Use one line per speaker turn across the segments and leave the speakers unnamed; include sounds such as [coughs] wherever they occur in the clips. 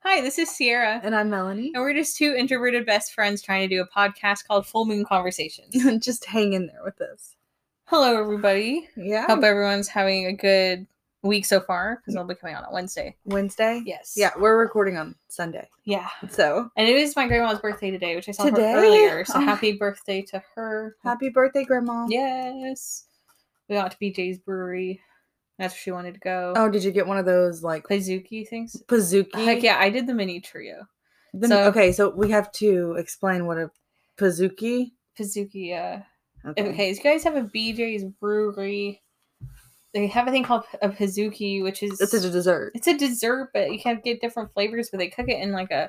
Hi, this is Sierra.
And I'm Melanie.
And we're just two introverted best friends trying to do a podcast called Full Moon
[laughs]
Conversations. [laughs]
Just hang in there with us.
Hello, everybody.
Yeah.
Hope everyone's having a good week so far because it'll be coming out on Wednesday.
Wednesday?
Yes.
Yeah, we're recording on Sunday.
Yeah.
So
And it is my grandma's birthday today, which I saw
Today?
her earlier. So
Oh my-
happy birthday to her.
happy birthday, Grandma.
Yes. We got to BJ's Brewery. That's where she wanted to go.
Oh, did you get one of those like
Pazuki things.
Pazuki?
Heck yeah, I did the mini trio.
The-
So-
okay, so we have to explain what a Pazuki.
Pazuki, uh, Okay, so you guys have a BJ's brewery. They have a thing called a Hazuki, which is
This is a dessert.
it's a dessert, but you can get different flavors. But they cook it in like a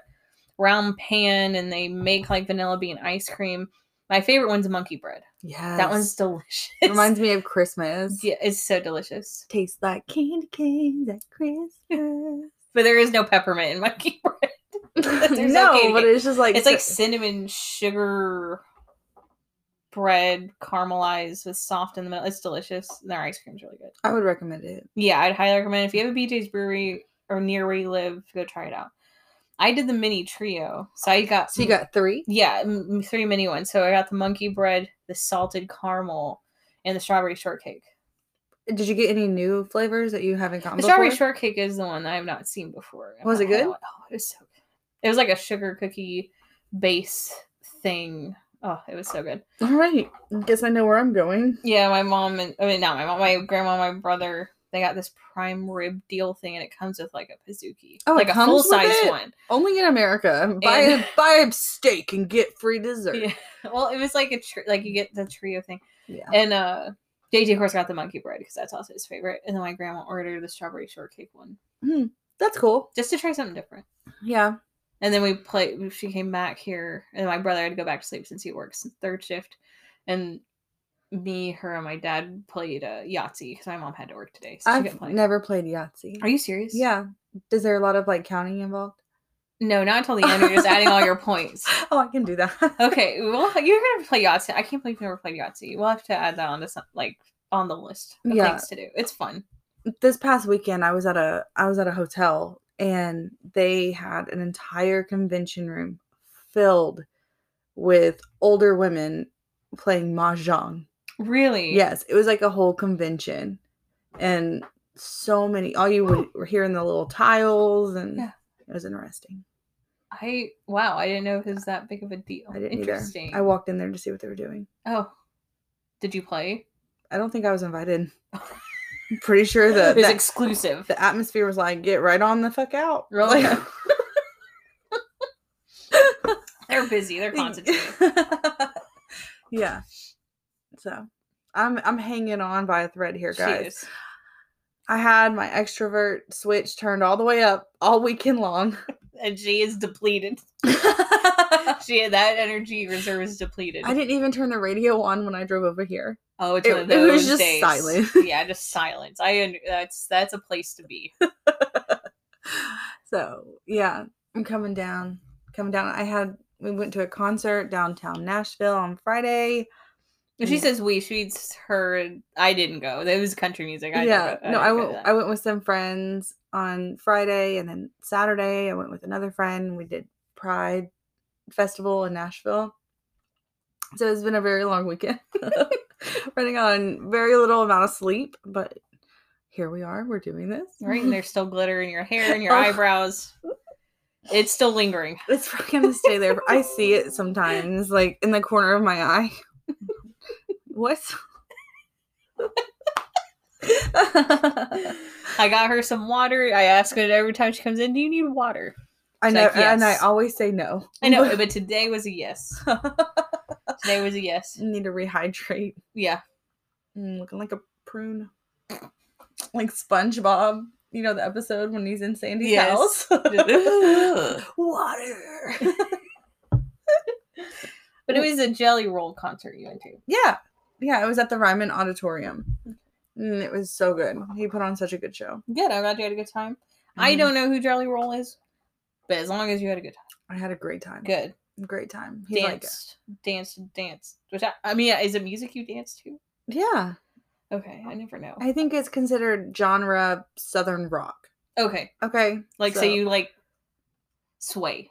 round pan, and they make like vanilla bean ice cream. My favorite one's monkey bread.
Yeah.
That one's delicious. [laughs]
it reminds me of Christmas.
yeah, it's so delicious.
Tastes like candy canes at
[laughs]
Christmas.
But there is no peppermint in monkey [laughs] bread. There's no
no,
candy
but
cane.
it's just like
It's like cinnamon sugar bread caramelized with soft in the middle. It's delicious. And their ice cream's really good.
I would recommend it.
Yeah, I'd highly recommend if you have a BJ's Brewery or near where you live, go try it out. I did the mini trio, so I got
So you got three.
yeah m- m- three mini ones. So I got the monkey bread, the salted caramel, and the strawberry shortcake.
Did you get any new flavors that you haven't gotten
The strawberry
before?
shortcake is the one I have not seen before. I'm
Was
not
it
gonna
good?
lie. Oh, it was so good. It was like a sugar cookie base thing. Oh, it was so good.
All right. Guess I know where I'm going.
Yeah, my mom and I mean not my mom, my grandma, and my brother. They got this prime rib deal thing, and it comes with like a pizookie,
Oh, it
like a
comes
full
with
size
it?
one.
Only in America. Buy [laughs]
And-
a buy a steak and get free dessert.
Yeah. [laughs] Well, it was like a tr- like you get the trio thing,
Yeah.
and uh, JJ of course got the monkey bread because that's also his favorite, and then my grandma ordered the strawberry shortcake one
That's cool.
just to try something different.
Yeah.
And then we played. She came back here, and my brother had to go back to sleep since he works third shift, and me, her, and my dad played uh, Yahtzee because my mom had to work today, so she
I've
couldn't play.
never played Yahtzee.
Are you serious?
Yeah. Is there a lot of like counting involved?
No, not until the end. You're just adding all
[laughs]
your points.
Oh, I can do that. [laughs]
Okay. Well, you're gonna have to play Yahtzee. I can't believe you never played Yahtzee. We'll have to add that on to some, like on the list of
Yeah.
things to do. It's fun.
this past weekend I was at a I was at a hotel and they had an entire convention room filled with older women playing mahjong.
Really?
Yes, it was like a whole convention, and so many. All you would, were hearing the little tiles, and
Yeah.
it was interesting.
I wow. I didn't know it was that big of a deal.
I didn't either.
Oh, Interesting.
I walked in there to see what they were doing.
oh, did you play?
I don't think I
[laughs]
was invited. I'm pretty sure the
it was
the,
exclusive.
the atmosphere was like, get right on the fuck out.
Really?
[laughs] Like-
[laughs] They're busy. They're
[laughs]
concentrated.
yeah. So, I'm I'm hanging on by a thread here, guys.
Cheers.
I had my extrovert switch turned all the way up all weekend long.
And she is
[laughs]
depleted.
I
She that energy reserve is depleted.
didn't even turn the radio on when I drove over here.
oh, it's
it-
one of
it was
those
just
days. [laughs]
silent.
yeah, just silence. I un- that's that's a place to be.
So yeah, I'm coming down. Coming down. I had we went to a concert downtown Nashville on Friday.
When she
Yeah.
says we, she's her. and- I didn't go. It was country music. I
yeah,
didn't go-
no, I
didn't go
went.
to that.
I went with some friends on Friday, and then Saturday I went with another friend. We did Pride Festival in Nashville. So it's been a very long weekend, [laughs] running on very little amount of sleep, but here we are. We're doing this.
Right,
[laughs]
and there's still glitter in your hair and [laughs] your
Oh.
eyebrows. It's still [laughs] lingering.
It's probably gonna stay there. I see it sometimes, like in the corner of
[laughs]
my eye. what?
I got her some water. I ask her every time she comes in, "Do you need water?"
I
It's
know,
like,
and I
yes.
always say no.
I [laughs] know, but today was a [laughs] yes. Today was a yes.
[laughs] need to rehydrate.
[laughs] Yeah,
Mm, looking like a prune, like SpongeBob. You know the episode when he's in Sandy's
Yes.
house.
[laughs]
[laughs]
but [laughs]
Water.
it was a jelly roll concert you went to.
yeah, yeah. It was at the Ryman Auditorium. And it was so good. He put on such a good show.
Good. I'm glad you had a good time. I
Mhm.
don't know who Jelly Roll is, but as long as you had a good time,
I had a great time.
good.
Great time. He's like,
danced, danced, and danced. Which I, I mean, is it music you dance to?
yeah.
Okay, I never know.
I think it's considered genre southern rock.
Okay,
Okay,
like so,
so-
you like sway,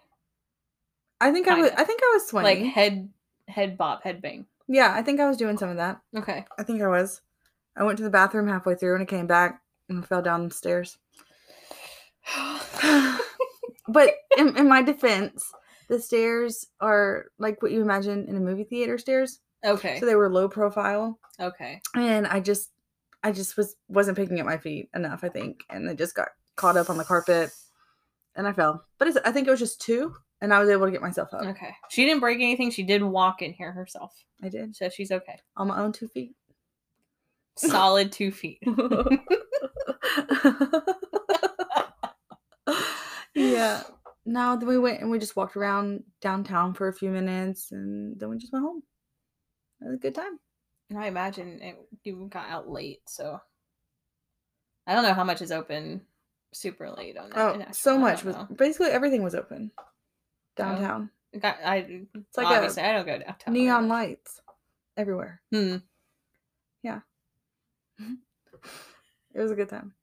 I think I was.
Kinda.
I think I was
like
swaying.
head head bob, head bang.
yeah, I think I was doing some of that.
Okay.
I think I was. I went to the bathroom halfway through and I came back and fell down
[laughs]
the stairs. But in, in my defense, the stairs are like what you imagine in a movie theater stairs.
[gasps] okay.
So they were low profile,
okay.
and I just, I just was wasn't picking up my feet enough. I think, and I just got caught up on the carpet, and I fell. But it's, I think it was just two, and I was able to get myself up.
Okay. She didn't break anything. She did walk in here herself,
I did
so she's
[coughs]
okay.
on my own
[laughs]
two feet.
Solid two feet.
yeah. No, then we went and we just walked around downtown for a few minutes and then we just went home. It was a good time.
And I imagine it, you got out late, so I don't know how much is open super late on that. in
Oh,
Nashville, I
so
don't
much was
know.
basically everything was open downtown.
It got- I
It's like
obviously I don't go
a
downtown. very
neon
much.
lights everywhere.
Hmm.
It was a good time.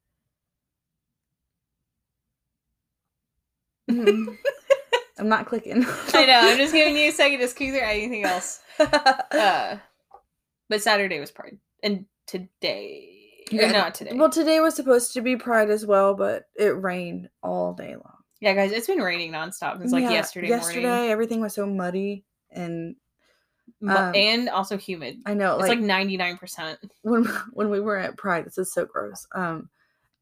Mhm. [laughs] I'm not clicking.
Mm-hmm. I know. I'm just giving you a second to squeeze there anything
[laughs]
else. Uh, but Saturday was Pride, and today, or
Yeah.
not today.
Well, today was supposed to be Pride as well, but it rained all day long.
yeah, guys, it's been raining nonstop since like
Yeah,
yesterday,
Yesterday,
morning,
everything was so muddy, and
Mu-
um,
and also humid.
I know,
it's
like,
like 99.
[laughs]
percent
when when we were at Pride, this is so gross. Um,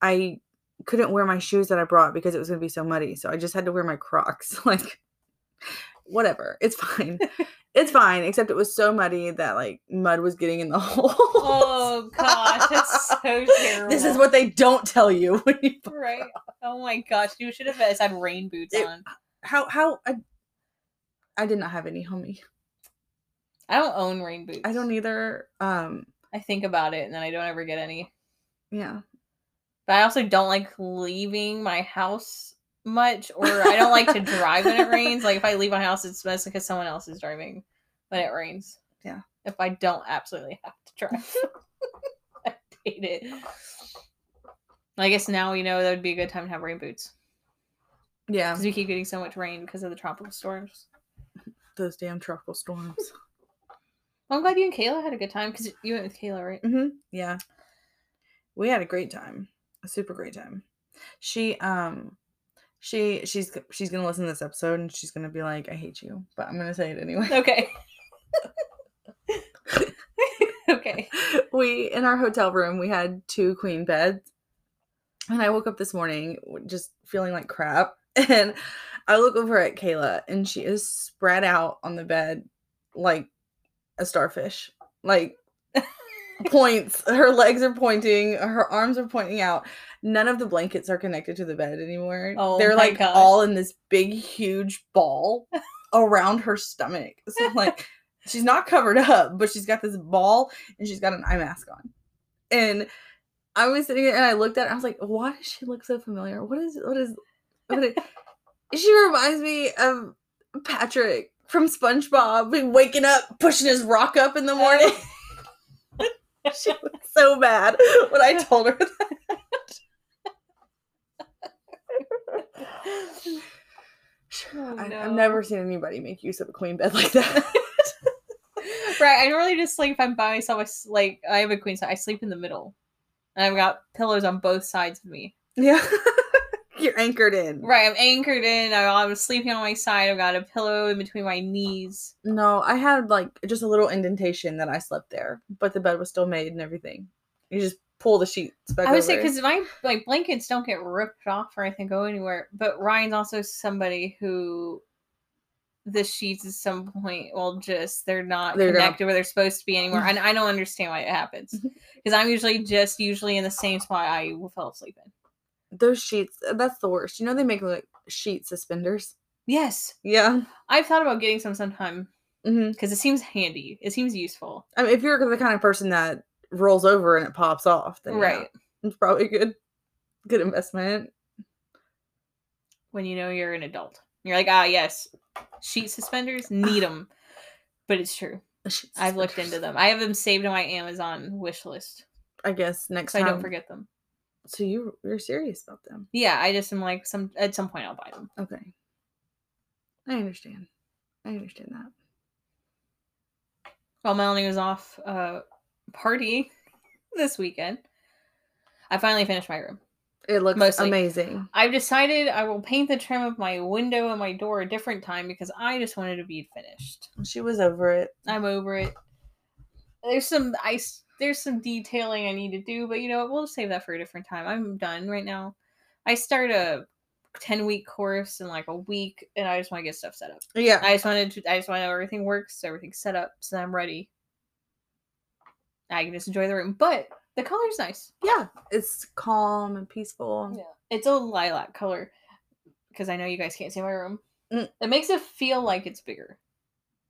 I couldn't wear my shoes that I brought because it was going to be so muddy, so I just had to wear my Crocs. [laughs] Like, whatever,
[laughs]
it's fine, it's fine. Except it was so muddy that like mud was getting in the [laughs] hole.
Oh gosh, that's so terrible.
[laughs] this is what they don't tell you [laughs] when you
right. Oh my gosh, you should have uh, had rain boots
It-
on.
how how I, I did not have any homie.
I don't own rain boots.
I don't e either. Um,
I think about it and then I don't ever get any.
yeah.
But I also don't like leaving my house much, or I don't like to drive when
[laughs]
it rains. Like if I leave my house, it's mostly because someone else is driving when it rains.
Yeah.
If I don't absolutely have to drive, [laughs] I hate it. I guess now we know that would be a good time to have rain boots
Yeah,
because we keep getting so much rain because of the tropical storms.
those damn tropical storms.
Well, I'm glad you and Kayla had a good time because you went with Kayla, right?
hmm Yeah, we had a great time, a super great time. She um, she she's g- she's gonna listen to this episode and she's gonna be like, I hate you, but I'm gonna say it anyway. [laughs]
Okay. [laughs]
[laughs]
okay.
we in our hotel room we had two queen beds and i woke up this morning w- just feeling like crap [laughs] and i look over at kayla and she is spread out on the bed like a starfish
[laughs]
like points her legs are pointing her arms are pointing out none of the blankets are connected to the bed anymore
Oh
they're
my
like
gosh.
all in this big huge
[laughs]
ball around her stomach so I'm like she's not covered up, but she's got this ball and she's got an eye mask on. And I was sitting there and I looked at her. I was like, why does she look so familiar? What is what is what is [laughs] she reminds me of Patrick from SpongeBob been waking up, pushing his rock up in the morning. [laughs] she looked so bad when
[laughs]
I told her that.
Oh,
I,
no.
I've never seen anybody make use of a queen bed [laughs] like that.
Right. I normally just sleep. If I'm by myself, I s- like I have a queen, so I sleep in the middle, and I've got pillows on both sides of me.
yeah. [laughs] You're anchored in.
Right. I'm anchored in. I, I'm sleeping on my side. I've got a pillow in between my knees.
No, I had like just a little indentation that I slept there, but the bed was still made and everything. You just pull the sheets back.
I would say
over.
because my like blankets don't get ripped off or anything go anywhere. But Ryan's also somebody who the sheets at some point will just they're not
They're not-
connected where they're supposed to be anymore, and I don't understand why it happens because I'm usually just usually in the same spot I fell asleep in.
those sheets, uh, that's the worst. You know they make like sheet suspenders.
Yes,
Yeah.
I've thought about getting some sometime
hmm
because it seems handy. It seems useful.
I mean, if you're the kind of person that rolls over and it pops off, then yeah,
Right.
it's probably a good, good investment.
When you know you're an adult, you're like, ah, yes, sheet suspenders need them. But it's true.
The sheet
I've looked into
suspenders.
them. I have them saved on my Amazon wish list.
I guess next
so
time.
I don't forget them.
So you you're serious about them?
Yeah, I just am like some at some point I'll buy them.
Okay. I understand. I understand that.
While Melanie was off uh party [laughs] this weekend, I finally finished my room.
It looks
Mostly.
amazing.
I've decided I will paint the trim of my window and my door a different time because I just wanted to be finished.
She was over it.
I'm over it. There's some I there's some detailing I need to do, but you know what? We'll save that for a different time. I'm done right now. I start a ten week course in like a week, and I just want to get stuff set up.
Yeah.
I just wanted to. I just want to know everything works, everything's set up, so I'm ready. I can just enjoy the room, but the color's nice.
yeah. It's calm and peaceful.
Yeah, it's a lilac color because I know you guys can't see my room.
Mm.
It makes it feel like it's bigger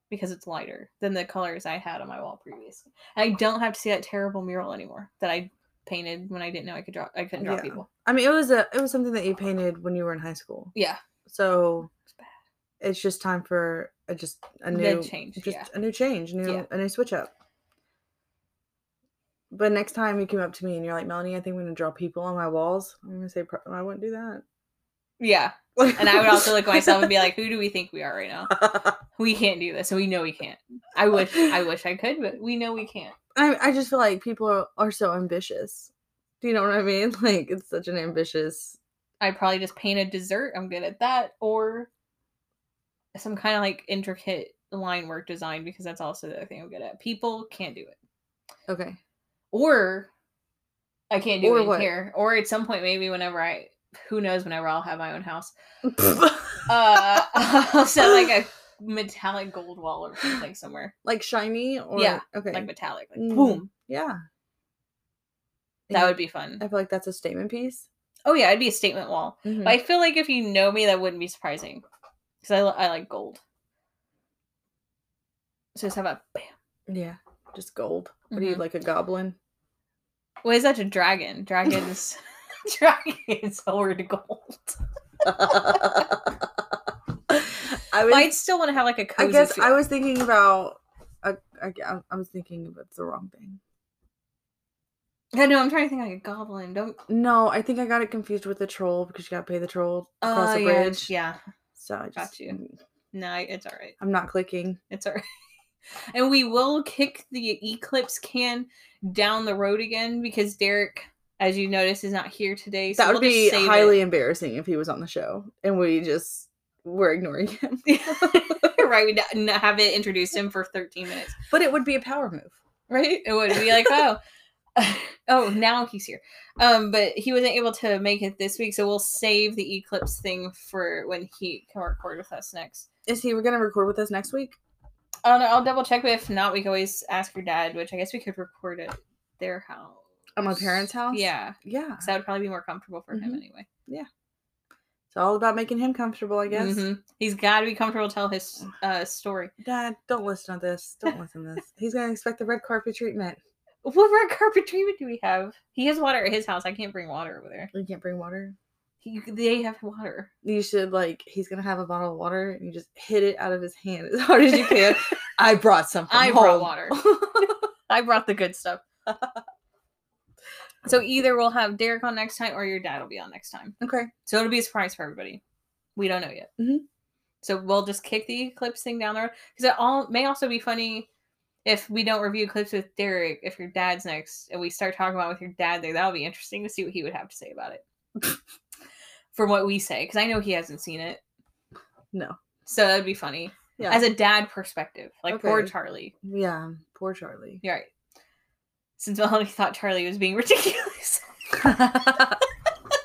because it's lighter than the colors I had on my wall previously. I don't have to see that terrible mural anymore that I painted when I didn't know I could draw. I couldn't draw
Yeah.
people.
I mean, it was a it was something that you painted when you were in high school.
Yeah,
So
it's bad.
it's just time for a just a
The
new
change,
just
yeah.
a new change, new
Yeah.
a new switch up. But next time you came up to me and you're like, Melanie, I think I'm gonna draw people on my walls. I'm gonna say, "Pro- I wouldn't do that.
Yeah, and I would also look at myself [laughs]
[laughs]
and be like, "Who do we think we are right now? We can't do this, and we know we can't." I wish, I wish I could, but we know we can't.
I, I just feel like people are, are so ambitious. Do you know what I mean? [laughs] Like it's such an ambitious.
I probably just paint a dessert. I'm good at that, or some kind of like intricate line work design because that's also the other thing I'm good at. People can't do it,
Okay.
or I can't do
Or
it in
what?
here, or at some point maybe whenever I, who knows, whenever I'll have my own house,
[laughs]
uh, I'll set like a metallic gold wall or something somewhere,
[laughs] like shiny or
Yeah,
Okay.
like metallic, like
Mm.
boom.
yeah.
That would be fun.
I feel like that's a statement piece.
Oh yeah, it'd be a statement wall.
Mm-hmm.
But I feel like if you know me, that wouldn't be surprising because I, li- I like gold. So just have a bam.
Yeah, just gold. What do you
Mhm.
like a goblin? Mm-hmm.
What is that? A dragon? [laughs]
[laughs]
Dragons. dragons over to gold.
I
But
was,
I'd still want to have like a
I
cozy.
guess I
feel.
was thinking about. I, I, I- I was thinking about the wrong thing.
I know. I'm trying to think like a goblin. Don't.
No, I think I got it confused with the troll because you got to pay the troll across
Oh,
the
yeah,
bridge.
Yeah.
So I just,
Got you. No, I- it's all right.
I'm not clicking.
It's all right. [laughs] And we will kick the eclipse can down the road again because Derek, as you notice, is not here today. So
that would
we'll
be
just save it.
highly embarrassing if he was on the show and we just were ignoring him.
[laughs] right, we n- have it introduced him for 13 minutes.
But it would be a power move, right?
It would be like, oh, [laughs] oh, now he's here. Um, but he wasn't able to make it this week, so we'll save the eclipse thing for when he can record with us next.
Is he? We're gonna record with us next week.
I don't know. I'll double check, but if not, we can always ask your dad, which I guess we could record at their house.
At my parents' house?
Yeah,
Yeah.
'cause that would probably be more comfortable for him
Mhm.
anyway.
It's all about making him comfortable, I guess.
Mhm. he's got to be comfortable to tell his uh, story.
Dad, don't listen to this. Don't listen to this. He's gonna expect the red carpet treatment.
What red carpet [laughs] treatment do we have? He has water at his house. I can't bring water over there.
You can't bring water.
He, they have water.
You should like he's gonna have a bottle of water and you just hit it out of his hand as hard as you can. [laughs] I brought something.
[laughs] I brought
home.
water. I brought the good stuff. so either we'll have Derek on next time, or your dad will be on next time.
okay.
So it'll be a surprise for everybody. We don't know yet.
Mhm.
So we'll just kick the clips thing down the road because it all may also be funny if we don't review clips with Derek. If your dad's next, and we start talking about with your dad there, that'll be interesting to see what he would have to say about it.
[laughs]
From what we say, because I know he hasn't seen it,
No.
so that'd be funny
Yeah.
as a dad perspective. Like poor
Okay.
Charlie.
yeah. Poor Charlie.
You're right. Since Melanie thought Charlie was being [laughs]
[laughs]
ridiculous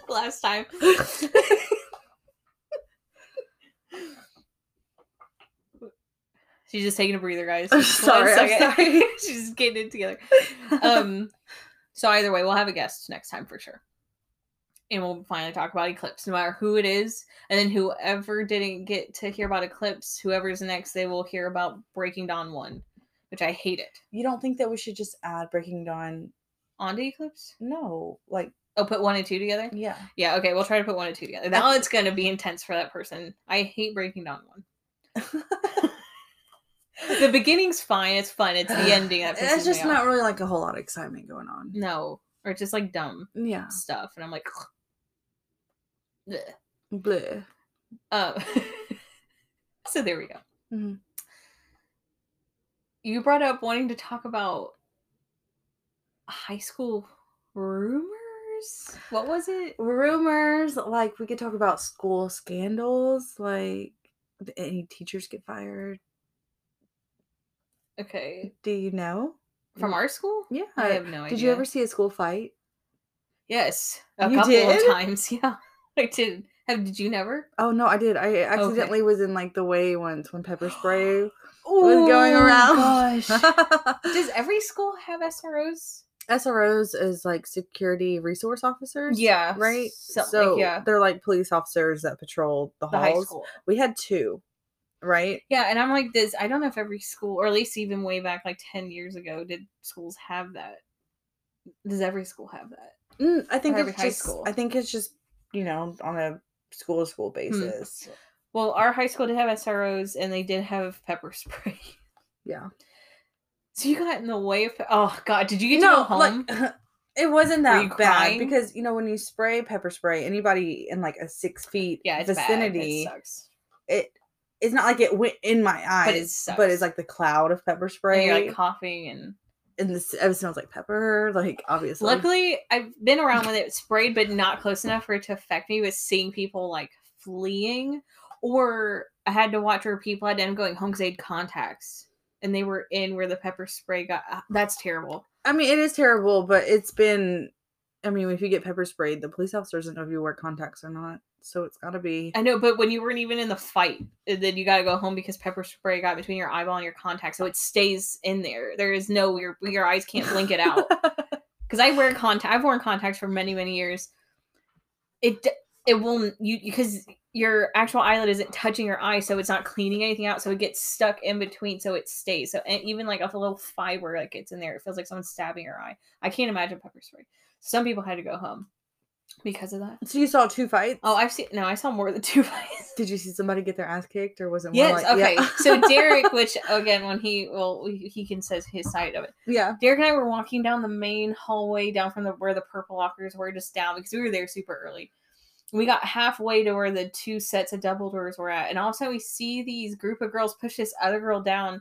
last time. She's just taking a breather, guys.
I'm
One
sorry, I'm
second.
sorry.
[laughs] She's just getting it together. [laughs] Um, so either way, we'll have a guest next time for sure. And we'll finally talk about Eclipse, no matter who it is. And then whoever didn't get to hear about Eclipse, whoever's next, they will hear about Breaking Dawn 1, which I hate it.
you don't think that we should just add Breaking Dawn?
On to Eclipse?
No. Like
Oh, put one and two together?
yeah.
Yeah, okay, we'll try to put one and two together. Now it's gonna be intense for that person. I hate breaking down one.
[laughs]
the beginning's fine, it's fun, it's
[sighs]
the ending
[laughs]
that pisses
That's just
me
not
off.
really like a whole lot of excitement going on.
No. Or just like dumb
Yeah.
stuff. And I'm like Bleh.
Bleh.
Uh, [laughs] So there we go.
Mhm.
You brought up wanting to talk about high school rumors. What was it?
rumors like we could talk about school scandals like did any teachers get fired
Okay,
do you know
from our school?
yeah
I have no idea.
did you ever see a school fight
Yes, a
You
couple
did?
of times. [laughs] Yeah, I did. Have did you never?
oh no i did i accidentally was in like the way once when pepper [gasps] spray
Ooh,
going around.
Oh Gosh.
[laughs] Oh does
Does every school have SROs?
sros is like security resource officers
Yeah,
right
something,
so
yeah,
they're like police officers that patrol the
the
halls
high school.
we had two right
Yeah, and I'm like this. I don't know if every school, or at least even way back like ten years ago, did schools have that? Does every school have that?
Mm, I think
every
it's
high
just.
school.
I think it's just you know on a school to school basis.
Well, our high school did have SROs, and they did have [laughs] pepper spray.
Yeah.
So you got in the way of. Oh God, did you get to go home?
like [laughs] it wasn't
you
that bad
crying?
because you know when you spray pepper spray anybody in like a six feet
yeah, it's
vicinity,
Bad. It sucks.
it it's not like it went in my eyes,
But
but,
it
it's,
sucks.
like the cloud of pepper
And
spray,
you're like coughing and.
and this it smells like pepper, like obviously.
Luckily, I've been around when it sprayed, but not close enough for it to affect me. But seeing people like fleeing, or I had to watch where people had to end up going home because they had contacts and they were in where the pepper spray got. ah, That's terrible.
I mean, it is terrible, but it's been. I mean, if you get pepper sprayed, the police officer doesn't know if you wear contacts or not, so it's got to be.
I know, but when you weren't even in the fight, and then you got to go home because pepper spray got between your eyeball and your contact, so it stays in there. There is no your your eyes can't blink it out. because I wear contact. I've worn contacts for many many years. It d- it won't you because your actual eyelid isn't touching your eye, so it's not cleaning anything out. So it gets stuck in between, so it stays. So and even like if a little fiber like gets in there, it feels like someone's stabbing your eye. I can't imagine pepper spray. Some people had to go home because of that.
So you saw two fights?
Oh, I've seen no, I saw more than two [laughs] fights.
Did you see somebody get their ass kicked, or was it? More
Yes,
like, yeah.
okay. so Derek, which again, when he well, he he can says his side of it.
[laughs] yeah,
Derek and I were walking down the main hallway down from the where the purple lockers were just down because we were there super early. We got halfway to where the two sets of double doors were at, and all of a sudden we see these group of girls push this other girl down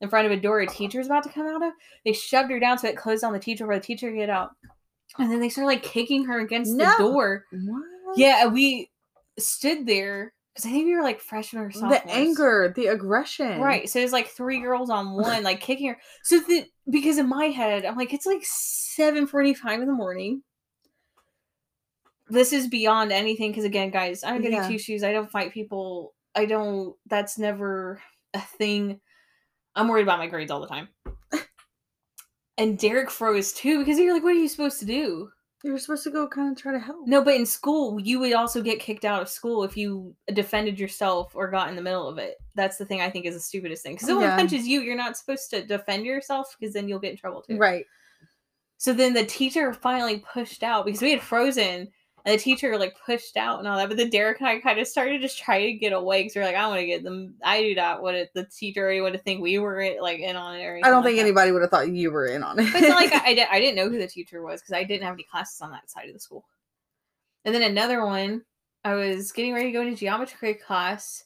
in front of a door a teacher's about to come out of. They shoved her down so it closed on the teacher where the teacher could get out. And then they started like kicking her against
No.
the door.
what?
Yeah, and we stood there because I think we were like freshmen or something.
the anger, the aggression,
Right. So there's like three girls on one, like kicking her. So the because in my head, I'm like, it's like seven forty five in the morning. This is beyond anything because again, guys, I don't get
Yeah.
any two shoes. I don't fight people. I don't that's never a thing. I'm worried about my grades all the time. [laughs] and Derek froze too, because you're like, what are you supposed to do?
You're supposed to go kind of try to help.
No, but in school, you would also get kicked out of school if you defended yourself or got in the middle of it. That's the thing I think is the stupidest thing. Because someone
Oh, Yeah.
punches you, you're not supposed to defend yourself because then you'll get in trouble too.
right.
So then the teacher finally pushed out because we had frozen and the teacher like pushed out and all that. But then Derek and I kind of started to try to get away because we are like, I want to get them. I do not want it. The teacher already would to think we were it, like in on it. Or
I
anything
don't
like
think
that.
anybody would have thought you were in on it.
But it's
[laughs]
not like I, I, di- I didn't know who the teacher was because I didn't have any classes on that side of the school. And then another one, I was getting ready to go into geometry class.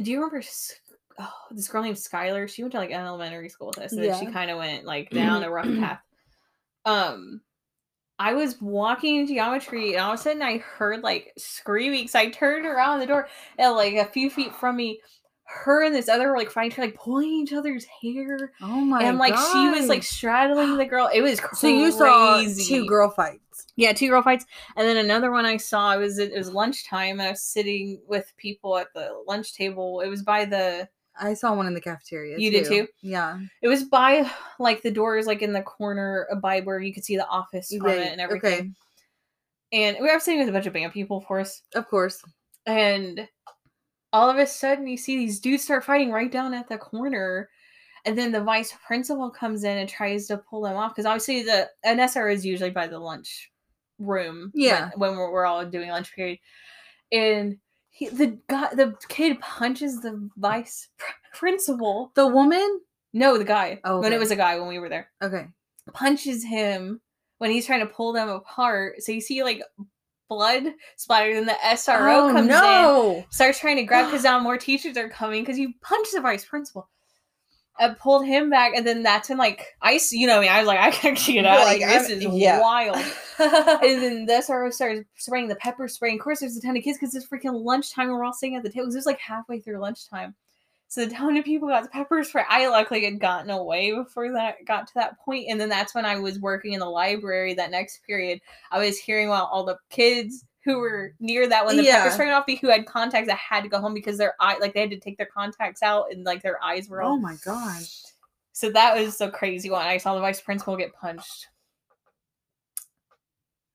Do you remember S- oh, this girl named Skylar? She went to like an elementary school with us, and then she
Yeah.
kind of went like down a rough path. Um, I was walking in geometry, and all of a sudden I heard like screaming. So I turned around the door, and like a few feet from me, her and this other were like fighting, like pulling each other's hair
oh my!
and like she was like
gosh.
straddling the girl. It was crazy.
so you saw two girl fights.
Yeah, two girl fights, and then another one I saw. It was it was lunchtime, and I was sitting with people at the lunch table. It was by the
I saw one in the cafeteria.
You did too?
Yeah.
it was by like the doors, like in the corner by where you could see the office from
Right,
it and everything.
Okay.
And we were sitting with a bunch of band people, of course,
Of course.
and all of a sudden you see these dudes start fighting right down at the corner and then the vice principal comes in and tries to pull them off because obviously the an SRO is usually by the lunch room when-
Yeah.
when, we're, we're all doing lunch period and he, the guy the kid punches the vice pr- principal
The woman.
no the guy
Oh,
when it
okay.
was a guy when we were there
Okay.
punches him when he's trying to pull them apart. So you see like blood splattered, and the
Oh,
SRO comes in, starts trying to grab
[gasps]
because now more teachers are coming because you punched the vice principal. I pulled him back, and then that's when like I, see- you know, me, I was like, I can't get out. Like,
Like,
this
I'm-
is
yeah. [laughs]
wild. [laughs] And then the SRO started spraying the pepper spray. And of course, there's a ton of kids because it's freaking lunchtime. We're all sitting at the table. 'cause It was like halfway through lunchtime. So the ton of people got the pepper spray. I luckily had gotten away before that got to that point. And then that's when I was working in the library that next period. I was hearing while all the kids who were near that when the
Yeah.
pepper spray went off who had contacts that had to go home because their eye like they had to take their contacts out and like their eyes were all
oh my god.
so that was the crazy one. I saw the vice principal get punched.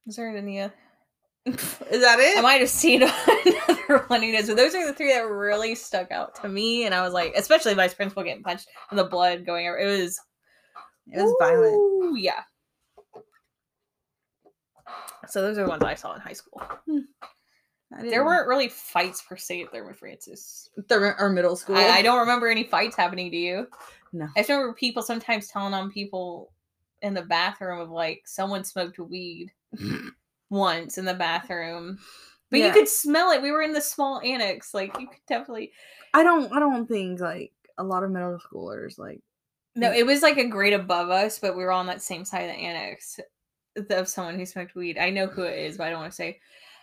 Is there any? oth-
Is that it?
I might have seen [laughs] another one who knows, but those are the three that really stuck out to me. And I was like, especially vice principal getting punched and the blood going. ev- It was
it was violent.
Ooh, Yeah. So those are the ones I saw in high school. There
I didn't-
weren't really fights per se at Thurman Francis.
Thur- or middle school.
I, I don't remember any fights happening to you.
No.
I just remember people sometimes telling on people in the bathroom of like someone smoked
[laughs]
weed once in the bathroom. But
Yeah.
you could smell it. We were in the small annex. Like you could definitely
I don't. I don't think like a lot of middle schoolers like.
No,
Mm.
it was like a grade above us, but we were on that same side of the annex th- of someone who smoked weed. I know who it is, but I don't want to say.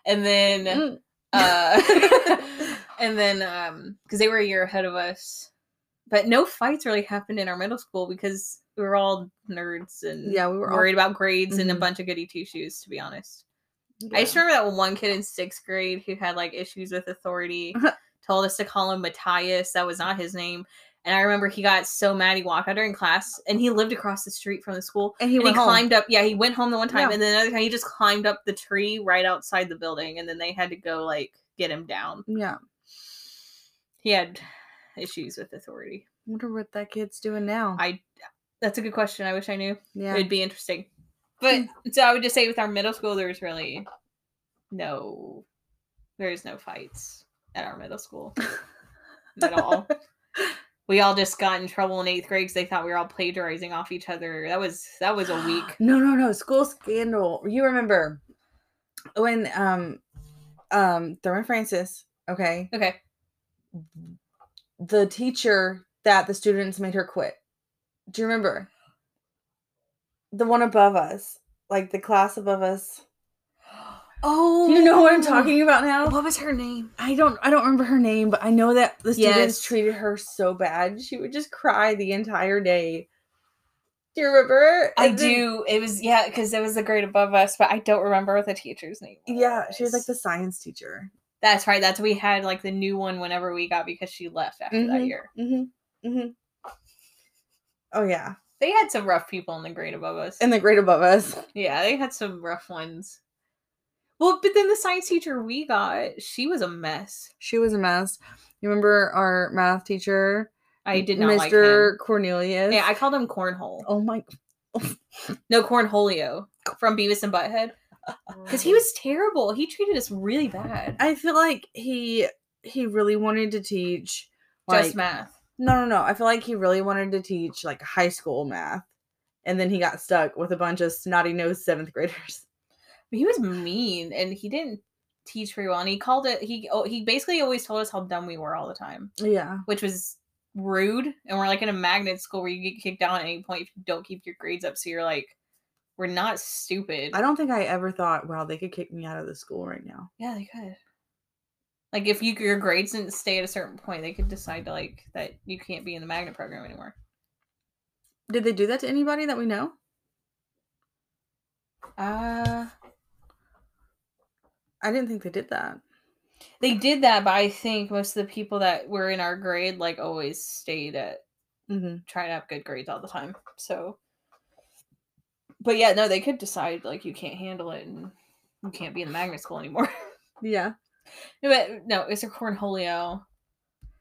And then
mm, [laughs]
uh [laughs] and then um because they were a year ahead of us. But no fights really happened in our middle school because we were all nerds and
Yeah, we were all-
worried about grades and a
Mhm.
bunch of goody two shoes, to be honest. I
yeah.
just remember that one kid in sixth grade who had like issues with
[laughs]
authority told us to call him Matthias. That was not his name. And I remember he got so mad he walked out during class and he lived across the street from the school.
and he
And he
went home.
climbed up. Yeah, he went home the one time
Yeah.
and then another time he just climbed up the tree right outside the building and then they had to go like get him down.
Yeah.
He had issues with authority.
Wonder what that kid's doing now.
I that's a good question. I wish I knew.
yeah. Hmm.
It'd be interesting. But so I would just say with our middle school, there was really no, there is no fights at our middle
[laughs]
school at all. We all just got in trouble in eighth grade because they thought we were all plagiarizing off each other. That was that was a week.
[gasps] No, no, no. School scandal. You remember when um um Thurman Francis, okay,
Okay.
the teacher that the students made her quit. Do you remember? The one above us, like the class above us.
Oh,
Do you know what I'm talking about now?
What was her name?
I don't I don't remember her name, but I know that the students
Yes.
treated her so bad. She would just cry the entire day. Do you remember?
I
And then-
do. It was yeah, because it was the grade above us, but I don't remember what the teacher's name.
Yeah, she was like
was.
the science teacher.
That's right. That's we had like the new one whenever we got because she left after that
Mhm.
year.
Mm-hmm. Mm-hmm. Oh yeah.
They had some rough people in the grade above us.
And the grade above us.
yeah, they had some rough ones. Well, but then the science teacher we got, she was a mess.
[laughs] She was a mess. You remember our math teacher?
I did not
Mr.
like him.
Cornelius.
Yeah, I called him Cornhole.
oh my
No, Cornholio from Beavis and Butthead.
Oh.
Because he was terrible. He treated us really bad.
I feel like he he really wanted to teach
Just
like
math.
No, no, no. I feel like he really wanted to teach like high school math. And then he got stuck with a bunch of snotty nosed seventh graders. [laughs]
But He was mean and he didn't teach very well. And he called it, he, oh, he basically always told us how dumb we were all the time,
Yeah.
which was rude. And we're like in a magnet school where you get kicked out at any point if you don't keep your grades up. So you're like, we're not stupid.
I don't think I ever thought, wow, they could kick me out of the school right now.
Yeah, they could. Like if you your grades didn't stay at a certain point, they could decide to like that you can't be in the magnet program anymore.
Did they do that to anybody that we know?
Uh
I didn't think they did that.
they did that, but I think most of the people that were in our grade like always stayed at
Mm-hmm.
try to have good grades all the time. So But yeah, no, they could decide like you can't handle it and you can't be in the magnet school anymore. [laughs]
Yeah.
No, but no, it's a Cornholio.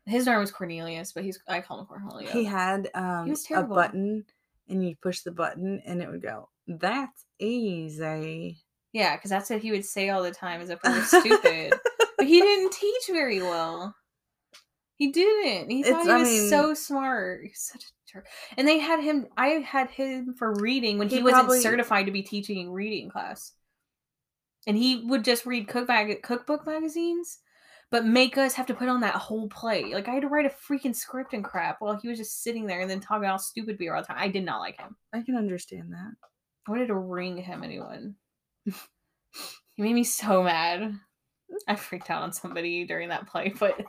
His name was Cornelius, but he's I call him Cornholio.
He had um
was
a
terrible.
button and you push the button and it would go, That's easy.
Yeah, because that's what he would say all the time as if we were
[laughs]
stupid. but he didn't teach very well. He didn't. He thought
It's-
he
I
was
mean-
so smart. He's such a jerk. And they had him. I had him for reading when he,
He
wasn't
probably-
certified to be teaching reading class. and he would just read cook mag- cookbook magazines, but make us have to put on that whole play. Like I had to write a freaking script and crap while he was just sitting there and then talking about how stupid we are all the time. I did not like him.
I can understand that.
I wanted to ring him anyone. [laughs] he made me so mad. I freaked out on somebody during that play, but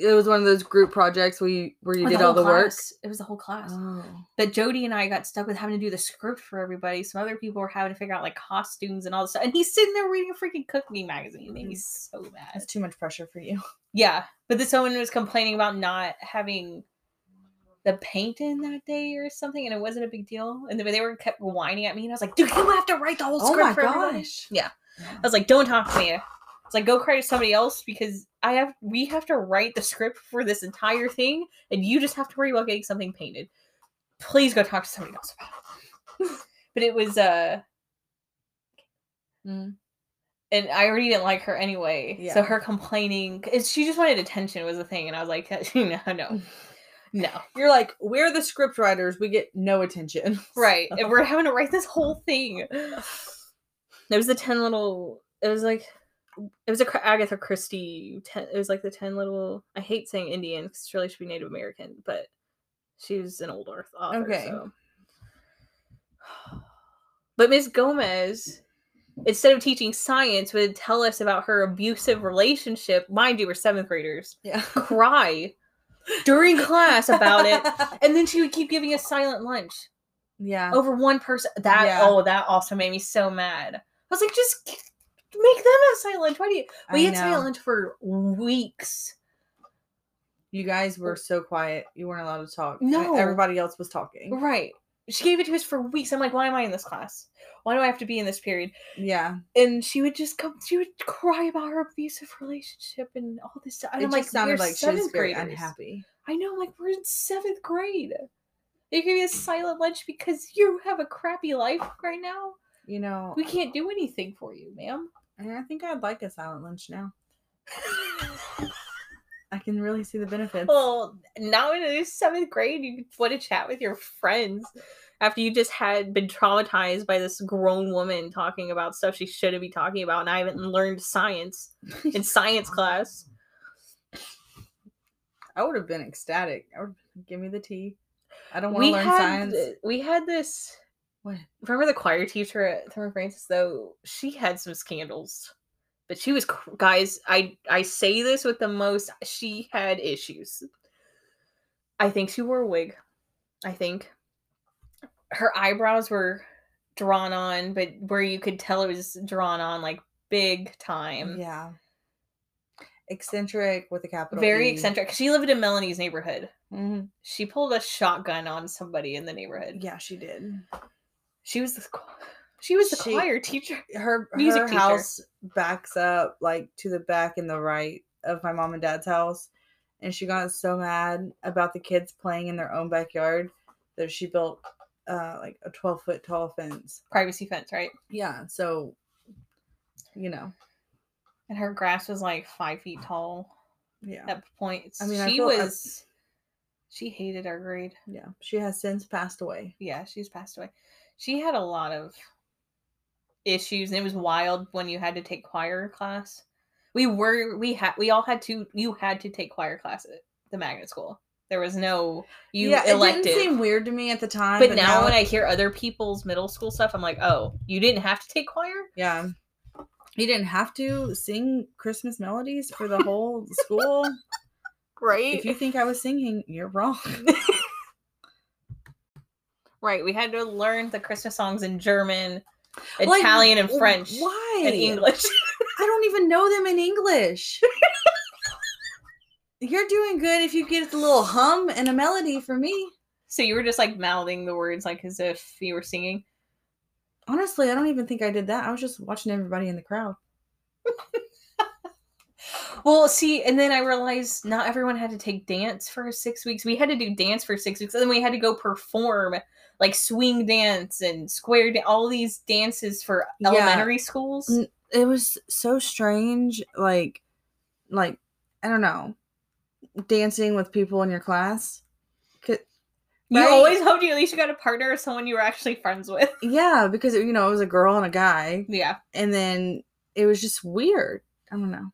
It was one of those group projects where you where you
Or
did all
whole
the work.
class. It was the whole class.
Oh.
But Jody and I got stuck with having to do the script for everybody. Some other people were having to figure out like costumes and all this stuff. And he's sitting there reading a freaking cooking magazine. It made me so mad.
That's too much pressure for you.
Yeah. But this woman was complaining about not having the paint in that day or something, and it wasn't a big deal. And then they were kept whining at me, and I was like, dude, you have to write the whole
Oh
script for everybody." Yeah. I was like, don't talk to me. It's like go cry to somebody else because I have we have to write the script for this entire thing, and you just have to worry about getting something painted. Please go talk to somebody else about it. [laughs] but it was uh
Mm.
and I already didn't like her anyway.
Yeah.
So her complaining and she just wanted attention was the thing, and I was like, [laughs] no, no.
[laughs]
No.
You're like, we're the script writers. We get no attention. [laughs]
Right. And we're having to write this whole [laughs] thing. It was the ten little. It was like, it was a Cr- Agatha Christie. Ten, it was like the ten little. I hate saying Indian because she really should be Native American, but she was an old earth author.
Okay.
so. But Miss Gomez, instead of teaching science, would tell us about her abusive relationship. Mind you, we're seventh graders. [laughs]
Yeah.
Cry during class about it, Oh. and then she would keep giving us silent lunch
[laughs] Yeah.
over one person. That
Yeah.
oh, that also made me so mad. I was like, just k- make them have silent lunch. Why do you? We
I
had silent
know.
lunch for weeks.
You guys were so quiet. You weren't allowed to talk. E,
No.
Everybody else was talking.
Right. She gave it to us for weeks. I'm like, why am I in this class? Why do I have to be in this period?
Yeah.
And she would just come. She would cry about her abusive relationship and all this stuff. And
it
I'm
just
like,
sounded
we're
like she
seventh
was very
graders.
unhappy.
I know. I'm like, we're in seventh grade. They give me a silent lunch because you have a crappy life right now.
You know,
We can't do anything for you, ma'am. [laughs]
and I think I'd like a silent lunch now. I can really see the benefits.
Well, now in the seventh grade, you want to chat with your friends after you just had been traumatized by this grown woman talking about stuff she shouldn't be talking about, and I haven't learned science in science class.
I would have been ecstatic. I would give me the tea. I don't want
We
to learn
had
science.
we had this.
What?
Remember the choir teacher at Thorn Francis? Though she had some scandals, but she was cr- guys. I I say this with the most. She had issues. I think she wore a wig. I think her eyebrows were drawn on, but where you could tell it was drawn on like big time.
Yeah. Eccentric with a capital.
Very
E.
eccentric. She lived in Melanie's neighborhood.
Mhm.
She pulled a shotgun on somebody in the neighborhood.
Yeah, she did.
She was the ch- [laughs] she was the
She-
choir teacher. [laughs]
Her
Music
her
teacher.
house backs up like to the back and the right of my mom and dad's house, and she got so mad about the kids playing in their own backyard that she built uh, like a twelve foot tall fence.
Privacy fence, right?
Yeah, so you know,
And her grass was like five feet tall
yeah,
at points.
I mean, I
she
feel- I-
was she hated our grade.
yeah. She has since passed away.
Yeah, she's passed away. She had a lot of issues, and it was wild when you had to take choir class. We were we had we all had to you had to take choir class at the magnet school. There was no you
yeah,
elected.
It didn't seem weird to me at the time,
but now when I hear other people's middle school stuff, I'm like, oh, you didn't have to take choir.
Yeah. You didn't have to sing Christmas melodies for
[laughs]
the whole school.
Right.
If you think I was singing, you're
[laughs]
wrong. [laughs]
Right, we had to learn the Christmas songs in German,
Like,
Italian, and
w-
French,
Why?
and English. [laughs]
I don't even know them in English. you're doing good if you get the little hum and a melody for me.
so you were just like mouthing the words like as if you were singing.
Honestly, I don't even think I did that. I was just watching everybody in the crowd.
Well, see, and then I realized not everyone had to take dance for six weeks. We had to do dance for six weeks, and then we had to go perform like swing dance and square dance, all these dances for
Yeah.
elementary schools.
Mm. It was so strange, like like I don't know, dancing with people in your class. 'Cause
You
Right?
always hoped you at least you got a partner or someone you were actually friends with. [laughs]
Yeah, because you know it was a girl and a guy,
Yeah.
and then it was just weird. I don't know.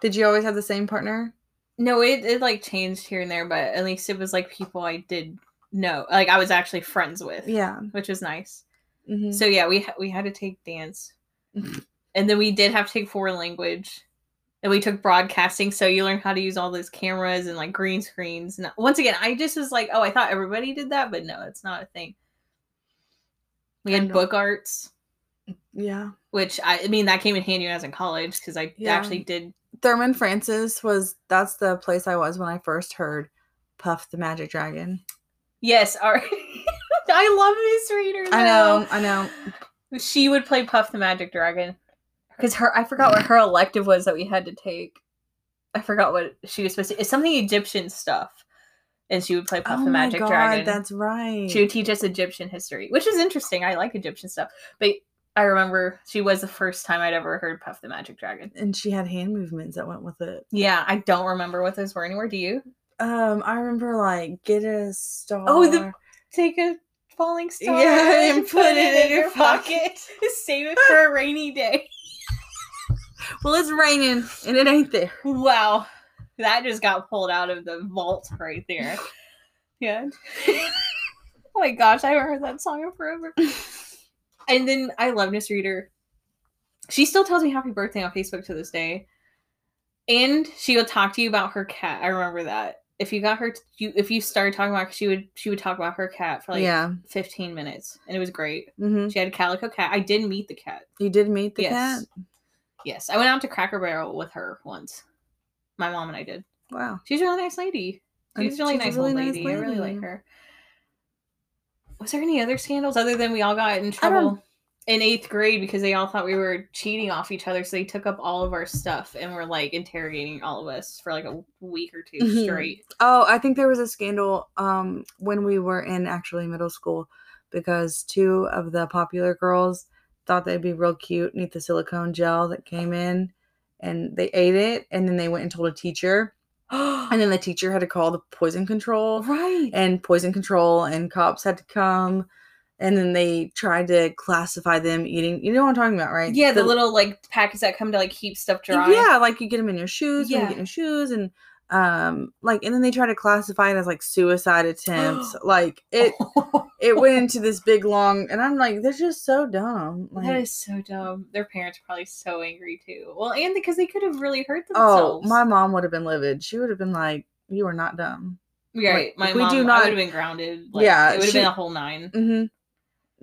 Did you always have the same partner?
No, it, it like changed here and there, but at least it was like people I did know, like I was actually friends with,
Yeah.
which was nice.
Mhm.
So yeah, we ha- we had to take
[laughs]
dance, and then we did have to take foreign language, and we took broadcasting. So you learn how to use all those cameras and like green screens. And once again, I just was like, oh, I thought everybody did that, but no, it's not a thing. We
I
had
know.
book arts,
Yeah.
which I, I mean that came in handy when I was in college because I
Yeah.
actually did.
Thurman Francis was that's the place I was when I first heard Puff the Magic Dragon.
Yes, [laughs] our I love Miss Reader.
I
though.
know, I know.
She would play Puff the Magic Dragon. Because her I forgot what her elective was that we had to take. I forgot what she was supposed to it's something Egyptian stuff. And she would play Puff
oh
the
my
Magic
god,
Dragon.
that's right.
She would teach us Egyptian history, which is interesting. I like Egyptian stuff. But I remember she was the first time I'd ever heard Puff the Magic Dragon.
and she had hand movements that went with it.
Yeah, I don't remember what those were anywhere. Do you?
Um, I remember like get a star.
Oh, the- Take a falling star [laughs]
and put it in your
Save it for a rainy day.
well, it's raining and it ain't [laughs] there.
Wow. That just got pulled out of the vault right there. Yeah. oh my gosh, I haven't heard that song in forever. And then I love Miss Reader. She still tells me happy birthday on Facebook to this day. And she would talk to you about her cat. I remember that. If you got her to, you if you started talking about she would she would talk about her cat for like
yeah.
15 minutes and it was great.
hmm
She had a calico cat. I did meet the cat.
You did meet the
Yes.
cat.
Yes. I went out to Cracker Barrel with her once. My mom and I did.
Wow.
She's a really nice lady.
And
She's a really
she's a
nice
really
old
nice
lady. I really like
lady.
her. Was there any other scandals other than we all got in
I don't-
trouble in eighth grade because they all thought we were cheating off each other? So they took up all of our stuff and were like interrogating all of us for like a week or 2
Mhm. [gasps]
straight.
Oh, I think there was a scandal um when we were in actually middle school because two of the popular girls thought they'd be real cute and eat the silicone gel that came in and they ate it and then they went and told a teacher and
right.
then the teacher had to call the poison control and poison control and cops had to come and then they tried to classify them eating you know what I'm talking about right
yeah, the, little like packets that come to like keep stuff dry.
yeah, like you get them in your shoes, when you
Yeah.
get in your shoes, and um, like, and then they try to classify it as like
[gasps]
suicide attempts. like it,
[laughs]
it went into this big long, and I'm like, they're just so dumb. Like,
that is so dumb. Their parents are probably so angry too. Well, and because they could have really hurt
oh,
themselves.
my mom would have been livid. She would have been like, "You are not dumb."
Right.
Like,
My
if we
mom,
do
I
not-
would have been grounded. Like,
Yeah,
It would have
she-
been a whole nine.
Mm-hmm.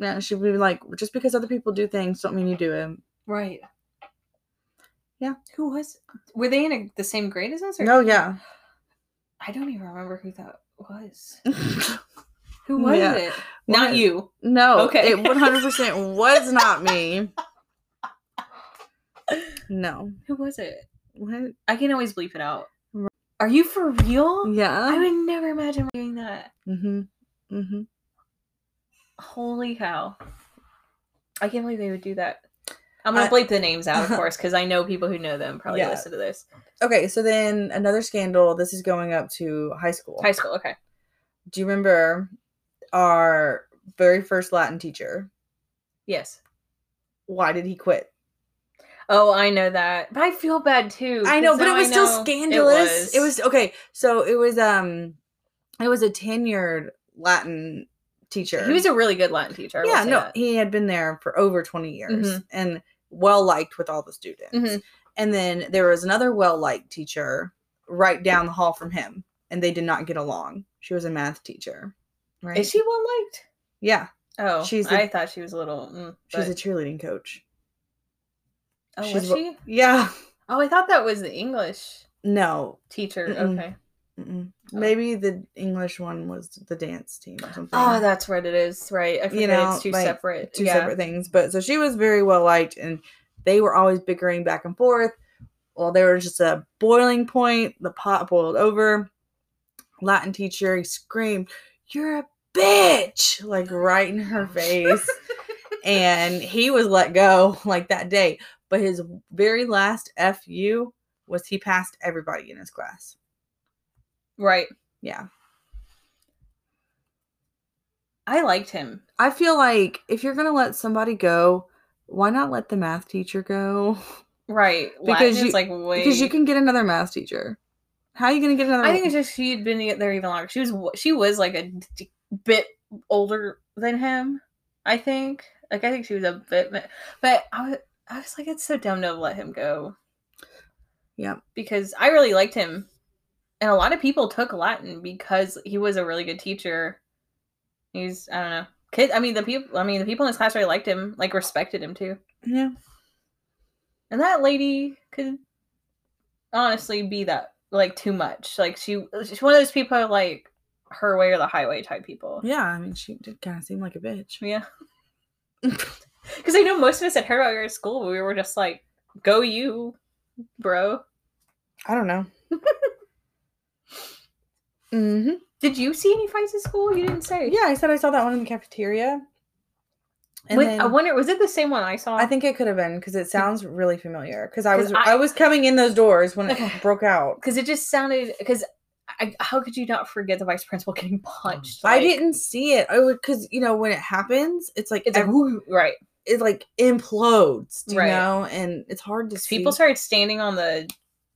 Yeah, she'd be like, "Just because other people do things, don't mean you do them."
Right.
Yeah.
Who was? Were they in a, the same grade as us? Or?
No, yeah,
I don't even remember who that was.
[laughs]
Who was
Yeah.
it? Not
Was.
you.
no,
Okay.
it 100 percent was not [laughs] me. No,
Who was it?
what?
I can always bleep it out.
Right.
Are you for real?
Yeah,
I would never imagine doing that.
Mm-hmm. Mm-hmm.
Holy cow. I can't believe they would do that. I'm going to bleep the names
[laughs]
out, of course, because I know people who know them probably
Yeah.
listen to this.
Okay, so then another scandal. This is going up to high school.
High school, okay.
Do you remember our very first Latin teacher?
Yes.
Why did he quit?
Oh, I know that. But I feel bad too.
I know,
'cause
but it
now
was
I
still
know-
scandalous. It was. okay. So it was um, it was a tenured Latin teacher.
He was a really good Latin teacher. I will
yeah,
say
no,
that.
he had been there for over twenty years
Mhm.
and well liked with all the students.
Mhm.
And then there was another well liked teacher right down the hall from him, and they did not get along. She was a math teacher, right?
Is she well liked?
Yeah,
Oh,
She's
she's.
the-
I thought she was a little. Mm,
she was a
but-
cheerleading coach.
oh,
she's
was
wa-
she?
Yeah,
Oh, I thought that was the English
no,
teacher.
Mm-mm.
Okay.
Mm-mm.
Oh.
maybe the English one was the dance team or something.
Oh, that's what it is. Right. I forget
You know,
it's two
like,
separate.
two
yeah.
separate things. But so she was very well liked, and they were always bickering back and forth. Well, there was just a boiling point. The pot boiled over. Latin teacher, he screamed, "You're a bitch!" like right in
[laughs]
her face, and he was let go like that day. But his very last fu was he passed everybody in his class.
Right.
Yeah,
I liked him.
I feel like if you're gonna let somebody go, why not let the math teacher go?
Right.
Because
Latin
you-
is like way
Because you can get another math teacher. How are you gonna get another?
I think it's just she'd been get there even longer. She was w- she was like a d- bit older than him. I think. Like I think she was a bit, ma- but I was I was like, it's so dumb to let him go.
Yep.
Because I really liked him, and a lot of people took Latin because he was a really good teacher. He's I don't know kids. I mean the people. I mean the people in his class really liked him, like respected him too.
yeah.
And that lady could honestly be that like too much. Like she she's one of those people like her way or the highway type people.
Yeah, I mean, she did kind of seem like a bitch.
Yeah. [laughs] Cause I know most of us at her we were at school, we were just like, go you, bro.
I don't [laughs] know. hmm
Did you see any fights at school? You didn't say.
Yeah, I said I saw that one in the cafeteria. And
With-
then-
I wonder, was it the same one I saw?
I think it could have been because it sounds really familiar. Because I
'Cause
was
I-
I, was coming in those doors when
Okay.
it broke out.
because it just sounded because I, how could you not forget the vice principal [laughs] getting punched?
I
Like,
didn't see it. I would because you know when it happens, it's like
It's like,
ev-
whoo, right?
it like implodes, do you
Right.
know, and it's hard to
Because
see.
people started standing on the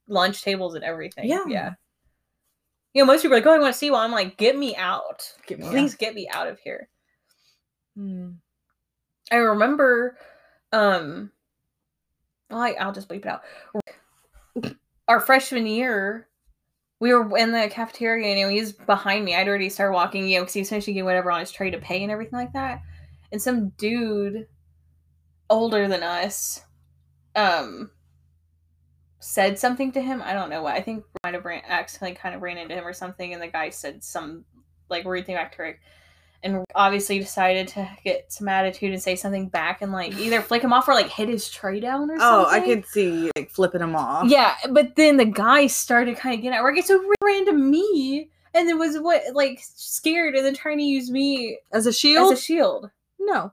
lunch tables and everything.
Yeah.
Yeah. You know, most people are like, oh, I want to see one. I'm like, get me out.
Get me out.
Please get me out of here.
Mm.
I remember, um, well, I, I'll just bleep it out. Our freshman year, we were in the cafeteria and you know, he was behind me. I'd already started walking, you know, because he was finishing getting whatever on his tray to pay and everything like that. And some dude older than us, um, said something to him. I don't know what. I think might have ran accidentally kind of ran into him or something, and the guy said some like rude thing back to Rick, and obviously decided to get some attitude and say something back and like either flick him off or like hit his tray down or
Oh, I
something.
could see like flipping them off.
Yeah, but then the guy started kind of getting at Rick, so Rick ran to me, and then was what like scared, and then trying to use me
as a shield.
as a shield.
no,
I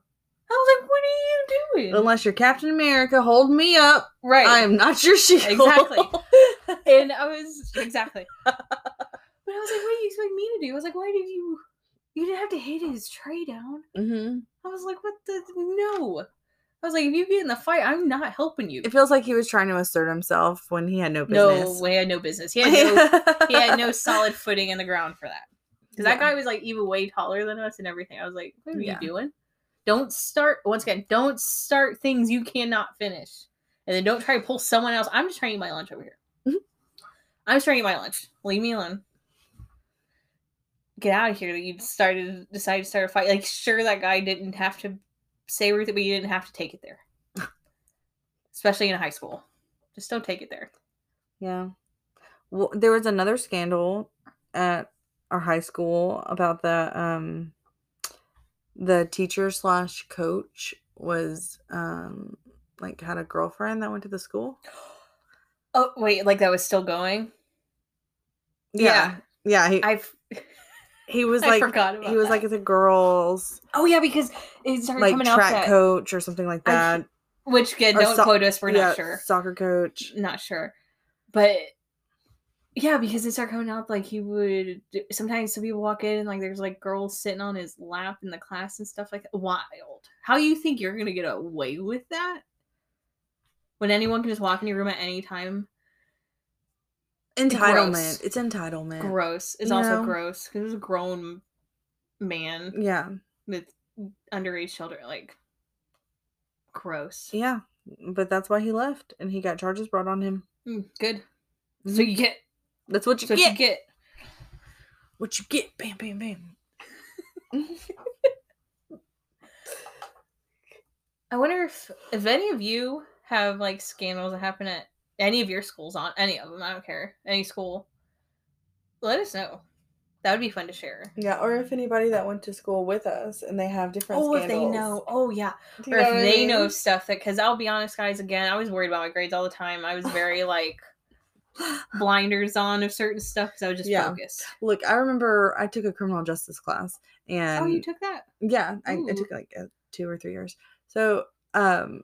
was like, "What are you doing?"
unless you're Captain America, hold me up.
right,
I am not your shield. [laughs]
exactly. [laughs] and I was exactly. But I was like, "What do you expect me to do?" I was like, "Why did you? You didn't have to hit his tray down."
hmm
I was like, "What the no?" I was like, "If you get in the fight, I'm not helping you."
It feels like he was trying to assert himself when he had no
no,
business.
he had no business. He had
[laughs]
no he had no solid footing in the ground for that. Because that
Yeah.
guy was like even way taller than us and everything. I was like, what are
Yeah.
you doing? Don't start once again, don't start things you cannot finish. And then don't try to pull someone else. I'm just trying to eat my lunch over here.
Mhm.
I'm just trying to eat my lunch. Leave me alone. Get out of here that you started decided to start a fight. Like sure that guy didn't have to say everything, but you didn't have to take it [laughs] there. Especially in high school. Just don't take it there.
Yeah. Well, there was another scandal at our high school about the um the teacher slash coach was um like had a girlfriend that went to the school.
Oh wait, like that was still going?
Yeah, he,
I've
he was
I
like
forgot about
he was
that.
like the girls
oh yeah because it started
like
coming out
track
that
coach or something like
I
that.
which good
or
don't
so-
quote us we're
yeah,
not sure
soccer coach.
not sure but yeah because it started coming out like he would sometimes some people walk in and like there's like girls sitting on his lap in the class and stuff like that. wild how you think you're gonna get away with that when anyone can just walk in your room at any time
Entitlement.
Gross.
It's entitlement.
gross it's
You
also
know?
gross because it's a grown man
Yeah.
with underage children like gross
Yeah. But that's why he left and he got charges brought on him.
Mm, good so you get
That's what you
so
get.
you get
what you get. Bam, bam, bam.
I wonder if if any of you have like scandals that happen at any of your schools on any of them. I don't care any school. Let us know. That would be fun to share.
[laughs] Yeah, or if anybody that went to school with us and they have different.
Oh, if they
scandals.
know. Oh, yeah.
Do you
Or if
what I
they
mean?
know of stuff that, because I'll be honest, guys. Again, I was worried about my grades all the time. I was very
[sighs]
like blinders on of certain stuff because I was just
Yeah.
focused.
Look, I remember I took a criminal justice class, and
oh, you took that?
yeah, I, I
Ooh.
took like a, two or three years. So, um,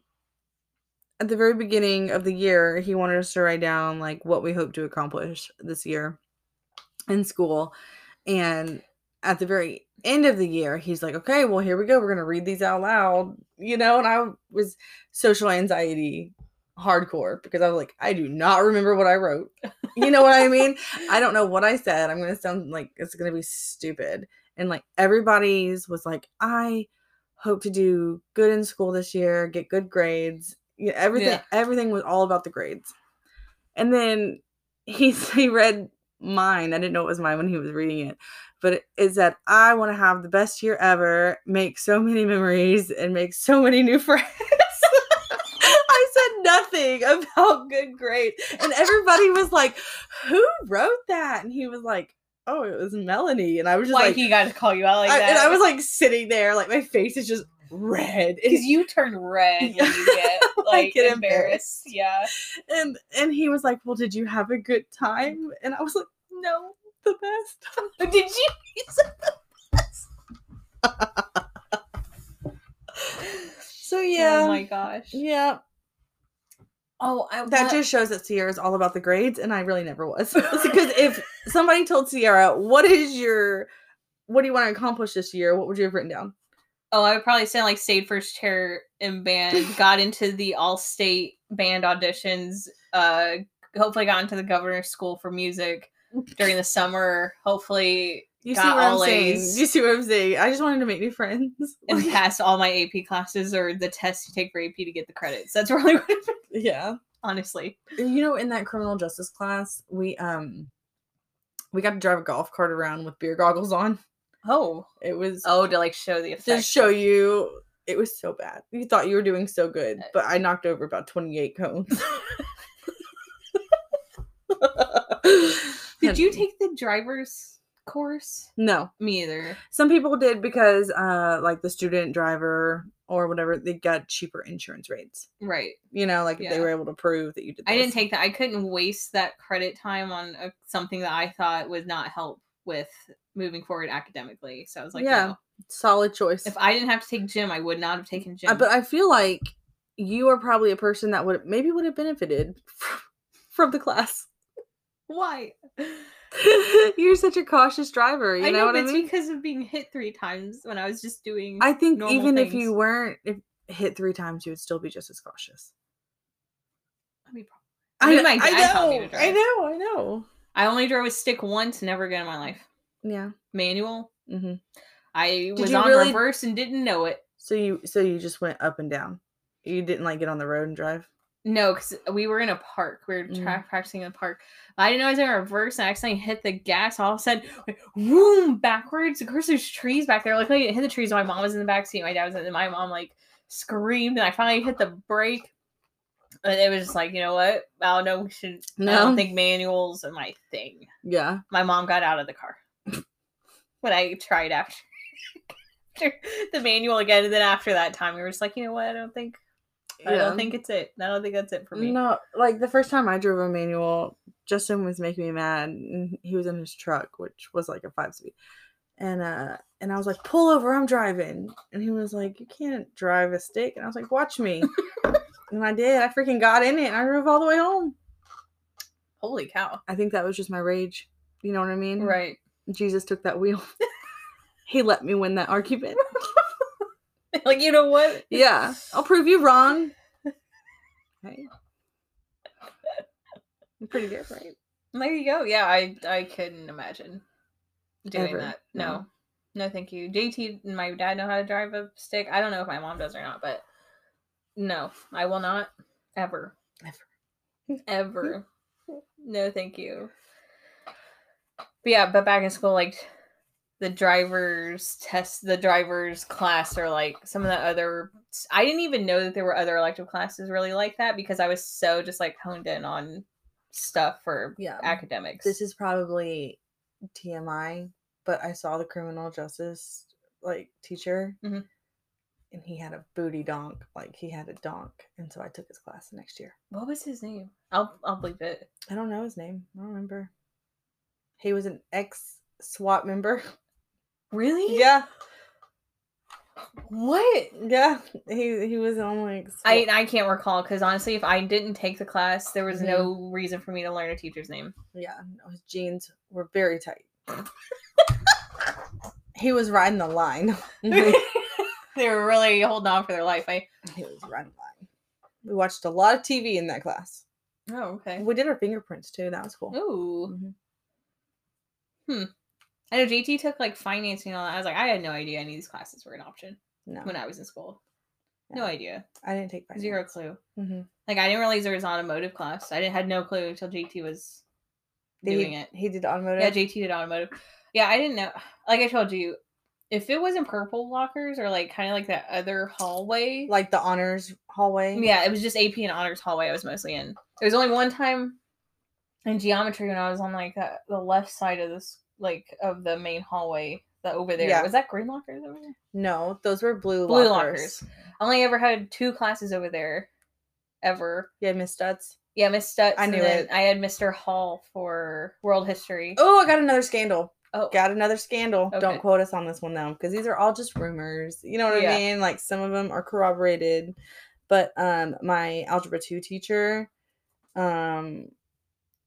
at the very beginning of the year, he wanted us to write down like what we hope to accomplish this year in school, and at the very end of the year, he's like, okay, well, here we go. We're going to read these out loud, you know? And I was social anxiety hardcore because I was like, I do not remember what I wrote. You know what
[laughs]
I mean? I don't know what I said. I'm going to sound like it's going to be stupid. And like everybody's was like, I hope to do good in school this year, get good grades. You know, everything,
Yeah.
everything was all about the grades. And then he, [laughs] he read mine. I didn't know it was mine when he was reading it, but it is that I want to have the best year ever, make so many memories, and make so many new [laughs] friends. I said nothing about good grade, and everybody was like, "Who wrote that?" And he was like, "Oh, it was Melanie." And I was just
Why
like,
he got to call you out like
I-
that?
and I
[laughs]
was like sitting there, like my face is just red. And
because you turn red when
[laughs]
you get like
get
embarrassed.
embarrassed.
Yeah.
and and he was like, "Well, did you have a good time?" And I was like, "No, the best." [laughs]
But did you?
so yeah,
Oh my gosh.
yeah,
Oh, I,
that
what-
just shows that Sierra is all about the grades, and I really never was. [laughs] Because if somebody told Sierra, "What is your, what do you want to accomplish this year?" What would you have written down?
Oh, I would probably say like stayed first chair in
[laughs]
band, got into the all state band auditions, uh hopefully got into the governor's school for music during the summer, hopefully
You see
Got
what I'm
all
saying?
A's.
You see what I'm saying? I just wanted to make new friends.
and
[laughs] Like,
pass all my AP classes or the tests you take for AP to get the credits. That's [laughs] really what it-
yeah.
honestly.
you know in that criminal justice class we um we got to drive a golf cart around with beer goggles on
Oh.
it was
Oh, to like show the effect.
to show you it was so bad you thought you were doing so good
Uh,
but i knocked over about
[laughs]
28 cones
Did you take the driver's course?
no
Me either.
some people did because uh like the student driver or whatever they got cheaper insurance rates
Right.
you know like if
Yeah.
they were able to prove that you did
I didn't
this.
take that. I couldn't waste that credit time on a, something that I thought would not help with moving forward academically. So I was like,
Yeah.
no.
solid choice
If I didn't have to take gym, I would not have taken gym.
Uh, but I feel like you are probably a person that would maybe would have benefited [laughs] from the class. [laughs]
why?
You're such a cautious driver. You
I
know,
know,
what
but
I
it's
mean?
because of being hit three times when I was just doing.
I think
normal
even if
things.
you weren't if hit three times, you would still be just as cautious.
I, mean, I mean, my dad taught me to
I
drive.
know. I know.
I only drove a stick once, never again in my life.
Yeah.
Manual.
hmm
I was
you
on
really-
reverse and didn't know it.
So you so you just went up and down. You didn't like get on the road and drive.
No, because we were in a park. We were tra-
Mm.
practicing in the park. I didn't know I was in reverse, and I accidentally hit the gas. All of a sudden, like, boom, backwards. Of course, there's trees back there. Luckily, I didn't hit the trees. My mom was in the back seat. My dad was in. And my mom like screamed, and I finally hit the brake. And it was just like, you know what? I don't know. We should. I
No.
don't think manuals are my thing.
Yeah.
My mom got out of the
[laughs]
car when I tried after. [laughs] after The manual again, and then after that time, we were just like, you know what? I don't think I
yeah.
don't think it's it. I don't think that's it for me.
No, like the first time I drove a manual, Justin was making me mad, and he was in his truck, which was like a five speed, and uh, and I was like, "Pull over, I'm driving," and he was like, "You can't drive a stick," and I was like,
[laughs]
"Watch me," and I did. I freaking got in it, and I drove all the way home.
Holy cow.
I think that was just my rage. You know what I mean?
Right.
Jesus took that wheel. he let me win that argument.
[laughs] like, you know what?
Yeah, I'll prove
[laughs]
you wrong. Hey. I'm pretty good, right?
There you go. Yeah, I I couldn't imagine doing
Ever.
that.
No.
No. No, thank you. JT and my dad know how to drive a stick. I don't know if my mom does or not, but no, I will not ever. Ever. [laughs] Ever. no, thank you. But yeah, but back in school, like the driver's test, the driver's class, or like some of the other, I didn't even know that there were other elective classes really like that because I was so just like honed in on stuff for
Yeah.
academics.
this is probably TMI, but I saw the criminal justice like teacher,
Mhm.
and he had a booty donk, like he had a donk, and so I took his class the next year.
what was his name? I'll I'll believe it.
I don't know his name. I don't remember. He was an ex SWAT member. [laughs]
Really?
yeah,
What?
yeah. He he was on like
I
SWAT
I can't recall because honestly, if I didn't take the class, there was
Mhm.
no reason for me to learn a teacher's name.
yeah. no, his jeans were very tight. He was riding the line.
[laughs]
[laughs]
[laughs] they were really holding on for their life. I
He was riding the line. We watched a lot of TV in that class.
oh okay.
We did our fingerprints too. That was cool.
Ooh, Hmm.
Mhm.
mm-hmm. I know JT took like financing and all that. I was like, I had no idea any of these classes were an option
No,
when I was in school. No
Yeah.
idea,
I didn't take finance.
zero clue.
hmm
Like I didn't realize there was an automotive class. I didn't had no clue until JT was
Did
doing
he,
it.
He did automotive.
Yeah, JT did automotive. Yeah, I didn't know. Like I told you, if it wasn't purple lockers or like kind of like that other hallway,
like the honors hallway.
yeah, it was just AP and honors hallway. I was mostly in. There was only one time in geometry when I was on like the, the left side of this, like of the main hallway that over there.
Yeah.
Was that green lockers over there?
No, those were blue,
Blue
lockers.
I only ever had two classes over there, ever.
Yeah, Miss Stutz.
Yeah, Miss Stutz.
I
and
knew
then
it.
I had Mr. Hall for world history.
Oh, I got another scandal.
Oh,
Got another scandal.
Okay.
Don't quote us on this one though, because these are all just rumors. You know what
Yeah.
I mean? Like some of them are corroborated, but um, my algebra two teacher, um,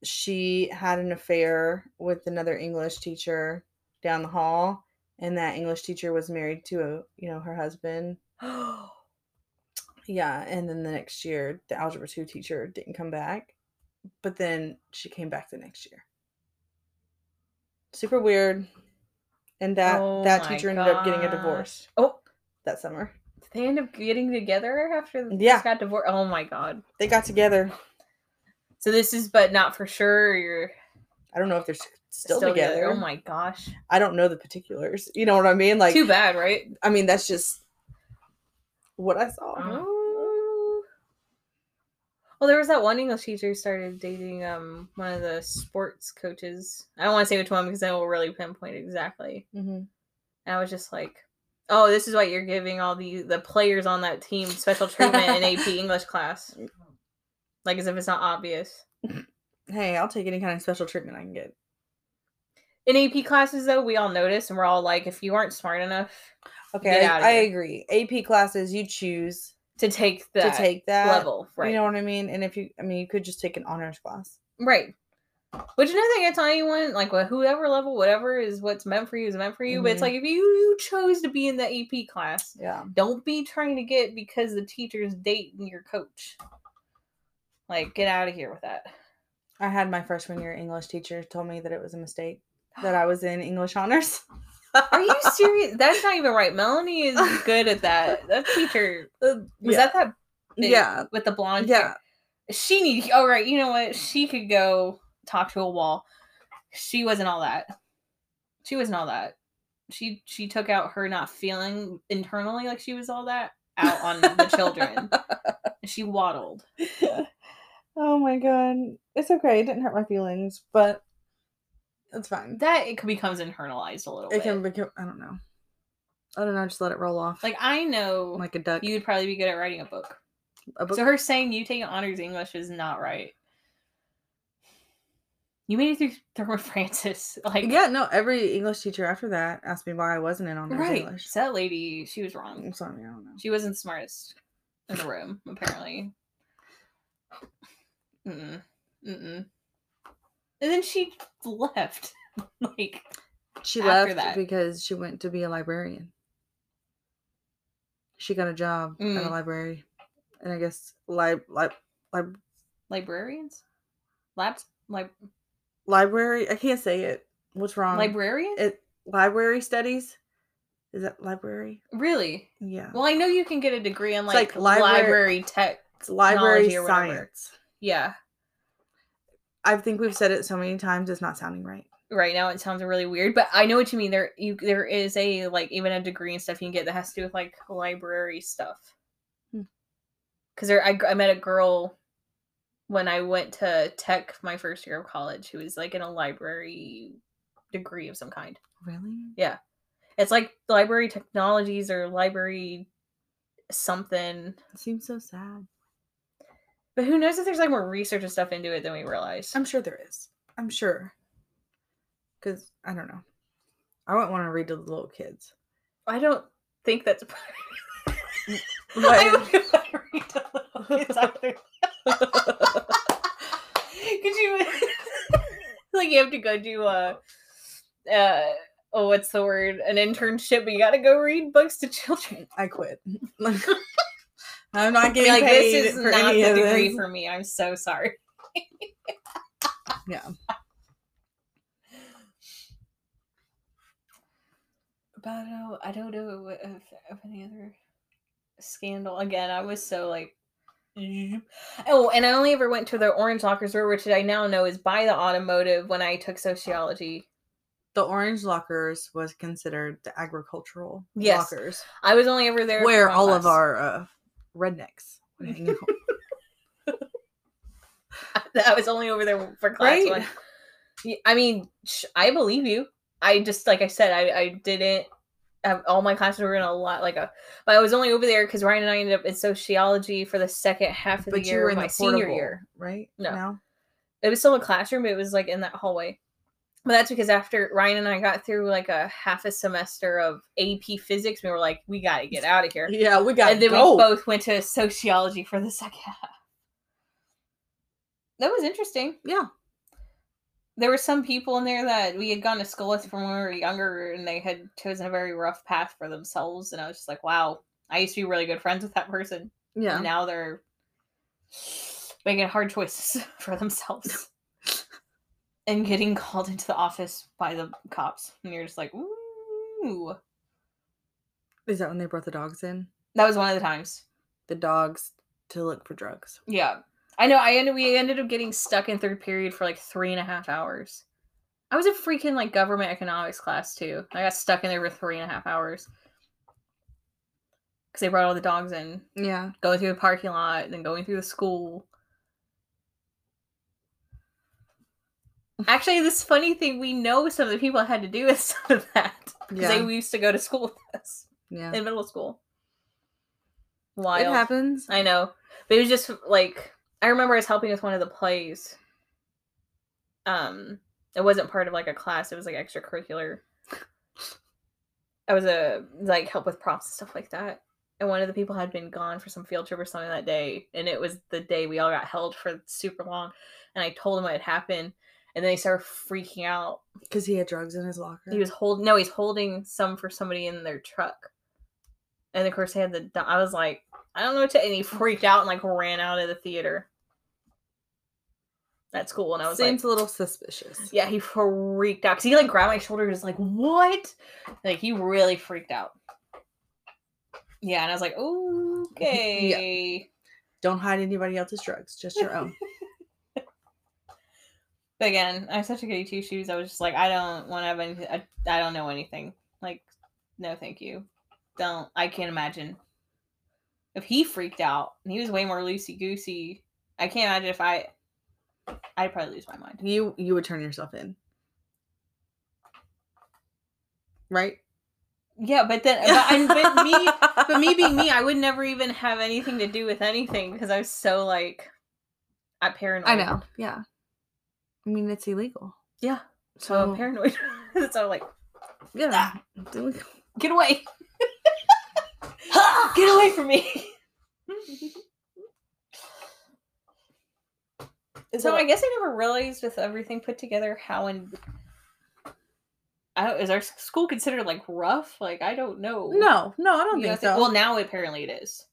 she had an affair with another English teacher down the hall, and that English teacher was married to a, you know, her husband. Yeah, and then the next year, the algebra two teacher didn't come back, but then she came back the next year. Super weird. And that
Oh
that
my
teacher ended up getting a
gosh.
divorce
[gasps] Oh.
that summer.
Did they end up getting together after they
Yeah.
got divorced? Oh my god.
They got together.
So this is but not for sure. You're
I don't know if they're s- still,
still,
together.
together. Oh my gosh.
I don't know the particulars. You know what I mean? Like
Too bad, right?
I mean that's just what I saw.
Uh-huh. Oh. Well, there was that one English teacher who started dating um one of the sports coaches. I don't want to say which one because I will really pinpoint exactly.
hmm
And I was just like, "Oh, this is why you're giving all the the players on that team special treatment in AP English class." Like as if it's not obvious.
Hey, I'll take any kind of special treatment I can get.
In AP classes, though, we all notice, and we're all like, "If you aren't smart enough
Okay,
Get
I,
outta
I
here.
agree. AP classes you choose
to take the
to take that
level, right?
You know what I mean? And if you, I mean, you could just take an honors class.
Right. Which another thing I tell anyone, like wh- whoever level, whatever is what's meant for you is meant for you. But it's
Mhm.
like if you, you chose to be in the AP class,
Yeah.
don't be trying to get because the teacher's dating your coach. Like, get out of here with that.
I had my freshman year English teacher told me that it was
[gasps]
a mistake that I was in English honors. [laughs]
Are you serious? That's not even right. Melanie
[laughs]
is good at that. That teacher
Was
was that that bitch
Yeah.
with the blonde. hair?
Yeah.
she need. All right, you know what? She could go talk to a wall. She wasn't all that. She wasn't all that. She she took out her not feeling internally like she was all that out on the
[laughs]
children. She waddled.
oh my god. It's okay. It didn't hurt my feelings, but it's fine.
That it c- becomes internalized a little
It
bit.
can become. I don't know. I don't know. Just let it roll off.
like I know
like a duck.
you would probably be good at writing a book.
Oh a book.
So her saying you taking honors English is not right. You made it through Thurman [laughs] Francis. Like
yeah. No. Every English teacher after that asked me why I wasn't in honors
right.
English.
So that lady, she was wrong.
I'm sorry. I don't know.
She wasn't the smartest in the room, apparently. Mm-mm. Mm-mm. And then she left. [laughs] like,
She
after
left
that.
because she went to be a librarian. She got a job at a
Mm.
library, and I guess lib lib lib
librarians? Labs? Lib-
library. I can't say it. What's wrong?
librarian?
Um, It library studies. Is that library?
really?
Yeah,
Well, I know you can get a degree in,
It's
like,
like library-
library tech.
it's library
technology or whatever.
science.
Yeah.
I think we've said it so many times. It's not sounding right.
Right now it sounds really weird, but I know what you mean. There you there is a like even a degree and stuff you can get that has to do with like library stuff.
Hmm.
Cause there, I, gr- I met a girl when I went to tech my first year of college who was like in a library degree of some kind.
Really?
It's like library technologies or library something,
It seems so sad.
but who knows if there's like more research and stuff into it than we realize.
I'm sure there is. I'm sure. Cause I don't know. I wouldn't want to read to the little [laughs] kids.
I don't think that's. I
Why-
would [laughs] read to little kids either. [laughs] Could you like you have to go do a uh oh, what's the word? An internship, but you got to go read books to children.
I quit. [laughs] I'm not
Be
getting
like,
paid
this is
for
not
any
the
of
degree
this.
for me. I'm so sorry.
Yeah.
But I don't, I don't know if, of any other scandal. Again, I was so like. [laughs] "Zoop." Oh, and I only ever went to the Orange Lockers River, which I now know is by the automotive when I took sociology.
The orange lockers was considered the agricultural
Yes.
lockers,
I was only ever there. for
where
one
all of
class.
our uh, rednecks
[laughs]
would hang out.
I was only over there for class
Right.
one. Y- I mean, sh- I believe you. I just like I said, I I didn't. Have, all my classes were in a lot like a, but I was only over there because Ryan and I ended up in sociology for the second half of
[laughs] but
the
you
year,
were
of
in
my
the
senior
portable,
year.
right?
No.
Now?
It was still a classroom, but it was like in that hallway. But that's because after Ryan and I got through like a half a semester of AP physics, we were like, we got to get out of here.
Yeah, we got
and then
go.
we both went to sociology for the second [laughs] half. That was interesting.
Yeah,
there were some people in there that we had gone to school with from when we were younger and they had chosen a very rough path for themselves and i was just like wow i used to be really good friends with that person
yeah.
and now they're making hard choices [laughs] for themselves and getting called into the office by the cops and you're just like ooh
Is that when they brought the dogs in?
that was one of the times
The dogs to look for drugs.
yeah i know i ended we ended up getting stuck in third period for like three and a half hours i was a freaking like government economics class too i got stuck in there for three and a half hours because they brought all the dogs in
Yeah,
going through the parking lot and then going through the school actually this funny thing we know some of the people that had to do with [laughs] some of that because
yeah,
they used to go to school with us
yeah.
in middle school
It
Wild.
happens.
I know. But it was just like I remember I was helping with one of the plays. Um it wasn't part of like a class, it was like extracurricular. I was a like help with props and stuff like that. And one of the people had been gone for some field trip or something that day, and it was the day we all got held for super long. And I told him what had happened, and then he started freaking out.
Because he had drugs in his locker.
He was holding no, he's holding some for somebody in their truck. And of course, they had the. do- I was like, I don't know what to. And he freaked out and like ran out of the theater. That's cool. And I was
Seems
like,
a little suspicious.
yeah, he freaked out because he like grabbed my shoulder and was like, what? Like he really freaked out. Yeah, and I was like, okay.
Don't hide anybody else's drugs, just
[laughs]
your own.
But again, I'm such a goody two shoes. I was just like, I don't want to have anything. I, I don't know anything. Like, no, thank you. Don't. I can't imagine. If he freaked out and he was way more loosey goosey, I can't imagine if I. I'd probably lose my mind.
you you would turn yourself in, right?
Yeah, but then, [laughs] but, I, but me,
[laughs]
but me being me, I would never even have anything to do with anything because I was so like, I paranoid.
I know. Yeah. I mean, it's illegal.
Yeah. So
So
I'm paranoid. [laughs] so I'm like,
yeah,
Ah.
it's illegal.
get away, [laughs] get away from me. So I guess I never realized with everything put together how in I don't, is our s- school considered like rough? Like I don't know.
no, no, I don't
You know,
think
I
so.
Well, now apparently it is.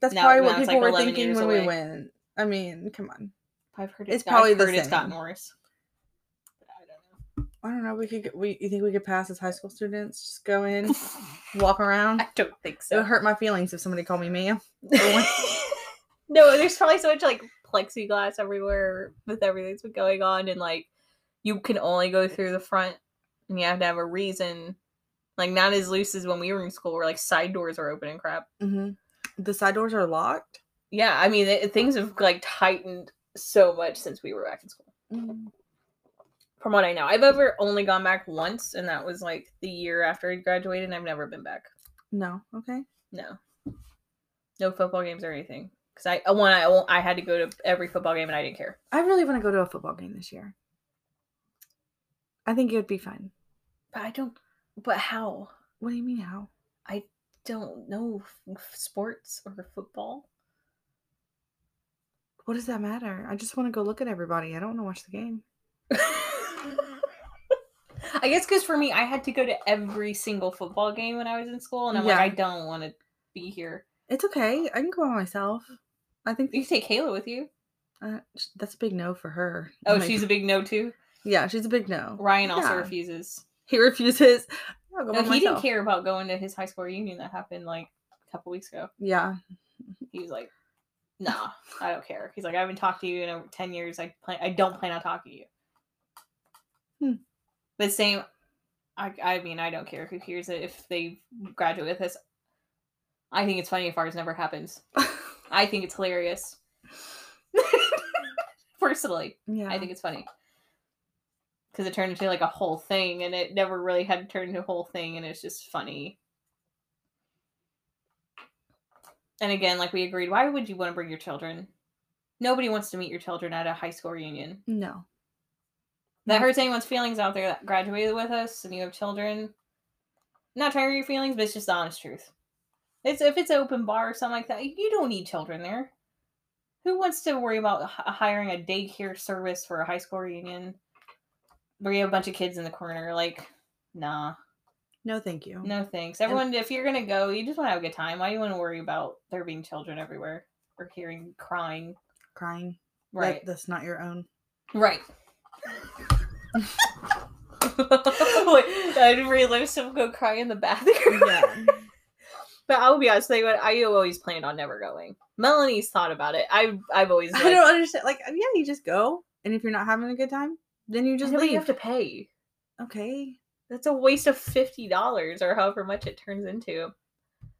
That's
No,
probably
no,
what
it's
people
like
were
11
thinking
years
when we
away.
went. I mean, come on.
I've heard
It's probably
I've
the
heard it's
same.
gotten worse. I don't
I don't know. We could. get- We you think we could pass as high school students? Just
[laughs]
go in, walk around.
know. I don't think
It would [laughs]
so. [laughs]
hurt my feelings if somebody called me ma'am.
no, there's probably so much like plexiglass everywhere with everything that's been going on, and like you can only go through the front, and you have to have a reason. Like not as loose as when we were in school, where like side doors are open and crap.
hmm The side doors are locked.
yeah i mean it, things have like tightened so much since we were back in school from what i know i've ever only gone back once and that was like the year after i graduated and i've never been back
No. Okay.
no no football games or anything because i uh, one I, won't- I had to go to every football game and i didn't care
I really want to go to a football game this year. I think it would be fun.
but i don't but how
What do you mean how?
don't know sports or football [laughs]
What does that matter? I just want to go look at everybody. I don't want to watch the game.
I guess because for me, I had to go to every single football game when I was in school, and I'm
Yeah.
like, I don't want to be here.
It's okay. I can go on myself. I think
You can take Kayla with you.
uh, sh- that's a big no for her.
Oh,
Like,
she's a big no too.
yeah, she's a big no.
Ryan also
Yeah.
refuses.
He refuses. I'll go
No,
by
he didn't
myself.
care about going to his high school reunion that happened like a couple weeks ago.
Yeah, [laughs]
He was like, Nah, I don't care. He's like, I haven't talked to you in over ten years. I plan. I don't plan on talking to you.
Hmm.
The same. I, I mean, I don't care who hears it if they graduate with us. I think it's funny if ours never happens. I think it's hilarious. [laughs] Personally,
yeah.
I think it's funny because it turned into like a whole thing, and it never really had turned into a whole thing, and it's just funny. And again, like we agreed, why would you want to bring your children? Nobody wants to meet your children at a high school reunion.
no.
That
Mm.
hurts anyone's feelings out there that graduated with us and you have children. Not trying to hurt your feelings, but it's just the honest truth. It's if it's an open bar or something like that, you don't need children there. Who wants to worry about h- uh, hiring a daycare service for a high school reunion where you have a bunch of kids in the corner? Like, nah,
No, thank you.
no thanks. Everyone, if you're gonna go, you just want to have a good time. Why do you want to worry about there being children everywhere or hearing crying?
Crying. That-
Right,
that's not
[laughs]
your own.
Right. Wait, I'd relive some go cry in the bathroom.
Yeah.
[laughs] But I'll be honest, they would, I always planned on never going. Melanie's thought about it. I I've always
I
like,
don't understand. Like, yeah, you just go, and if you're not having a good time, then you just
"No, but
leave.
you have to pay.
okay.
That's a waste of fifty dollars or however much it turns into.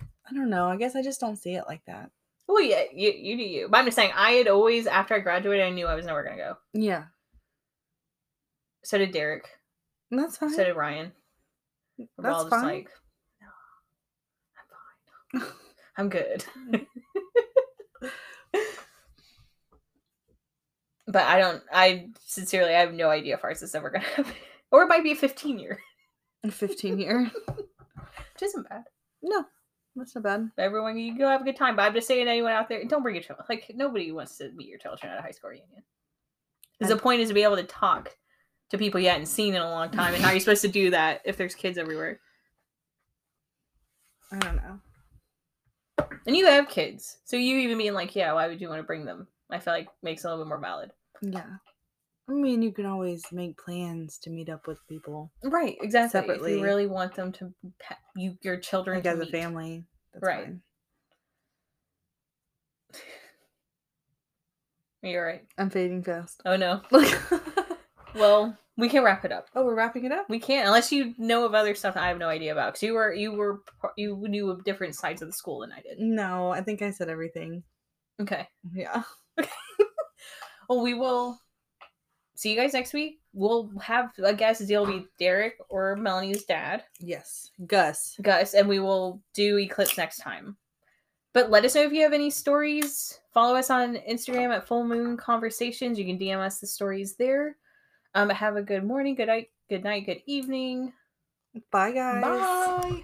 I don't know. I guess I just don't see it like that.
Well, yeah, you, you do you. But I'm just saying, I had always after I graduated, I knew I was never gonna go.
Yeah,
So did Derek.
and that's fine.
So did Ryan. We're all
that's
just
fine.
like, no, I'm fine. I'm good. [laughs] but I don't. I sincerely, I have no idea if ours is ever gonna [laughs] happen, or it might be a 15 year,
In [laughs] Fifteen year.
which isn't bad.
No, that's not bad.
But everyone, you go have a good time. But I'm just saying, anyone out there, don't bring your children. Like nobody wants to meet your children at a high school reunion. 'Cause the
And-
point is to be able to talk to people you hadn't seen in a long time, and how you're supposed to do that if there's kids everywhere.
I don't know.
And you have kids, so you even being like, yeah, why would you want to bring them? I feel like makes it a little bit more valid.
Yeah. I mean, you can always make plans to meet up with people.
Right, exactly. If
Separately.
you really want them to pa- you your children
Like
to
as a
meet.
family. That's
Right.
fine.
You're right.
I'm fading fast. [laughs]
Oh no.
Look.
Well, we can wrap it up.
oh, we're wrapping it up.
We can't unless you know of other stuff I have no idea about because you were you were par- you knew of different sides of the school than I did.
No, I think I said everything.
Okay.
Yeah.
Well, we will see you guys next week. We'll have a guest. It'll be Derek or Melanie's dad,
Yes. Gus.
Gus, and we will do Eclipse next time. But let us know if you have any stories. Follow us on Instagram at Full Moon Conversations. You can DM us the stories there. Um, have a good morning, good night, good night, good evening.
Bye, guys.
Bye.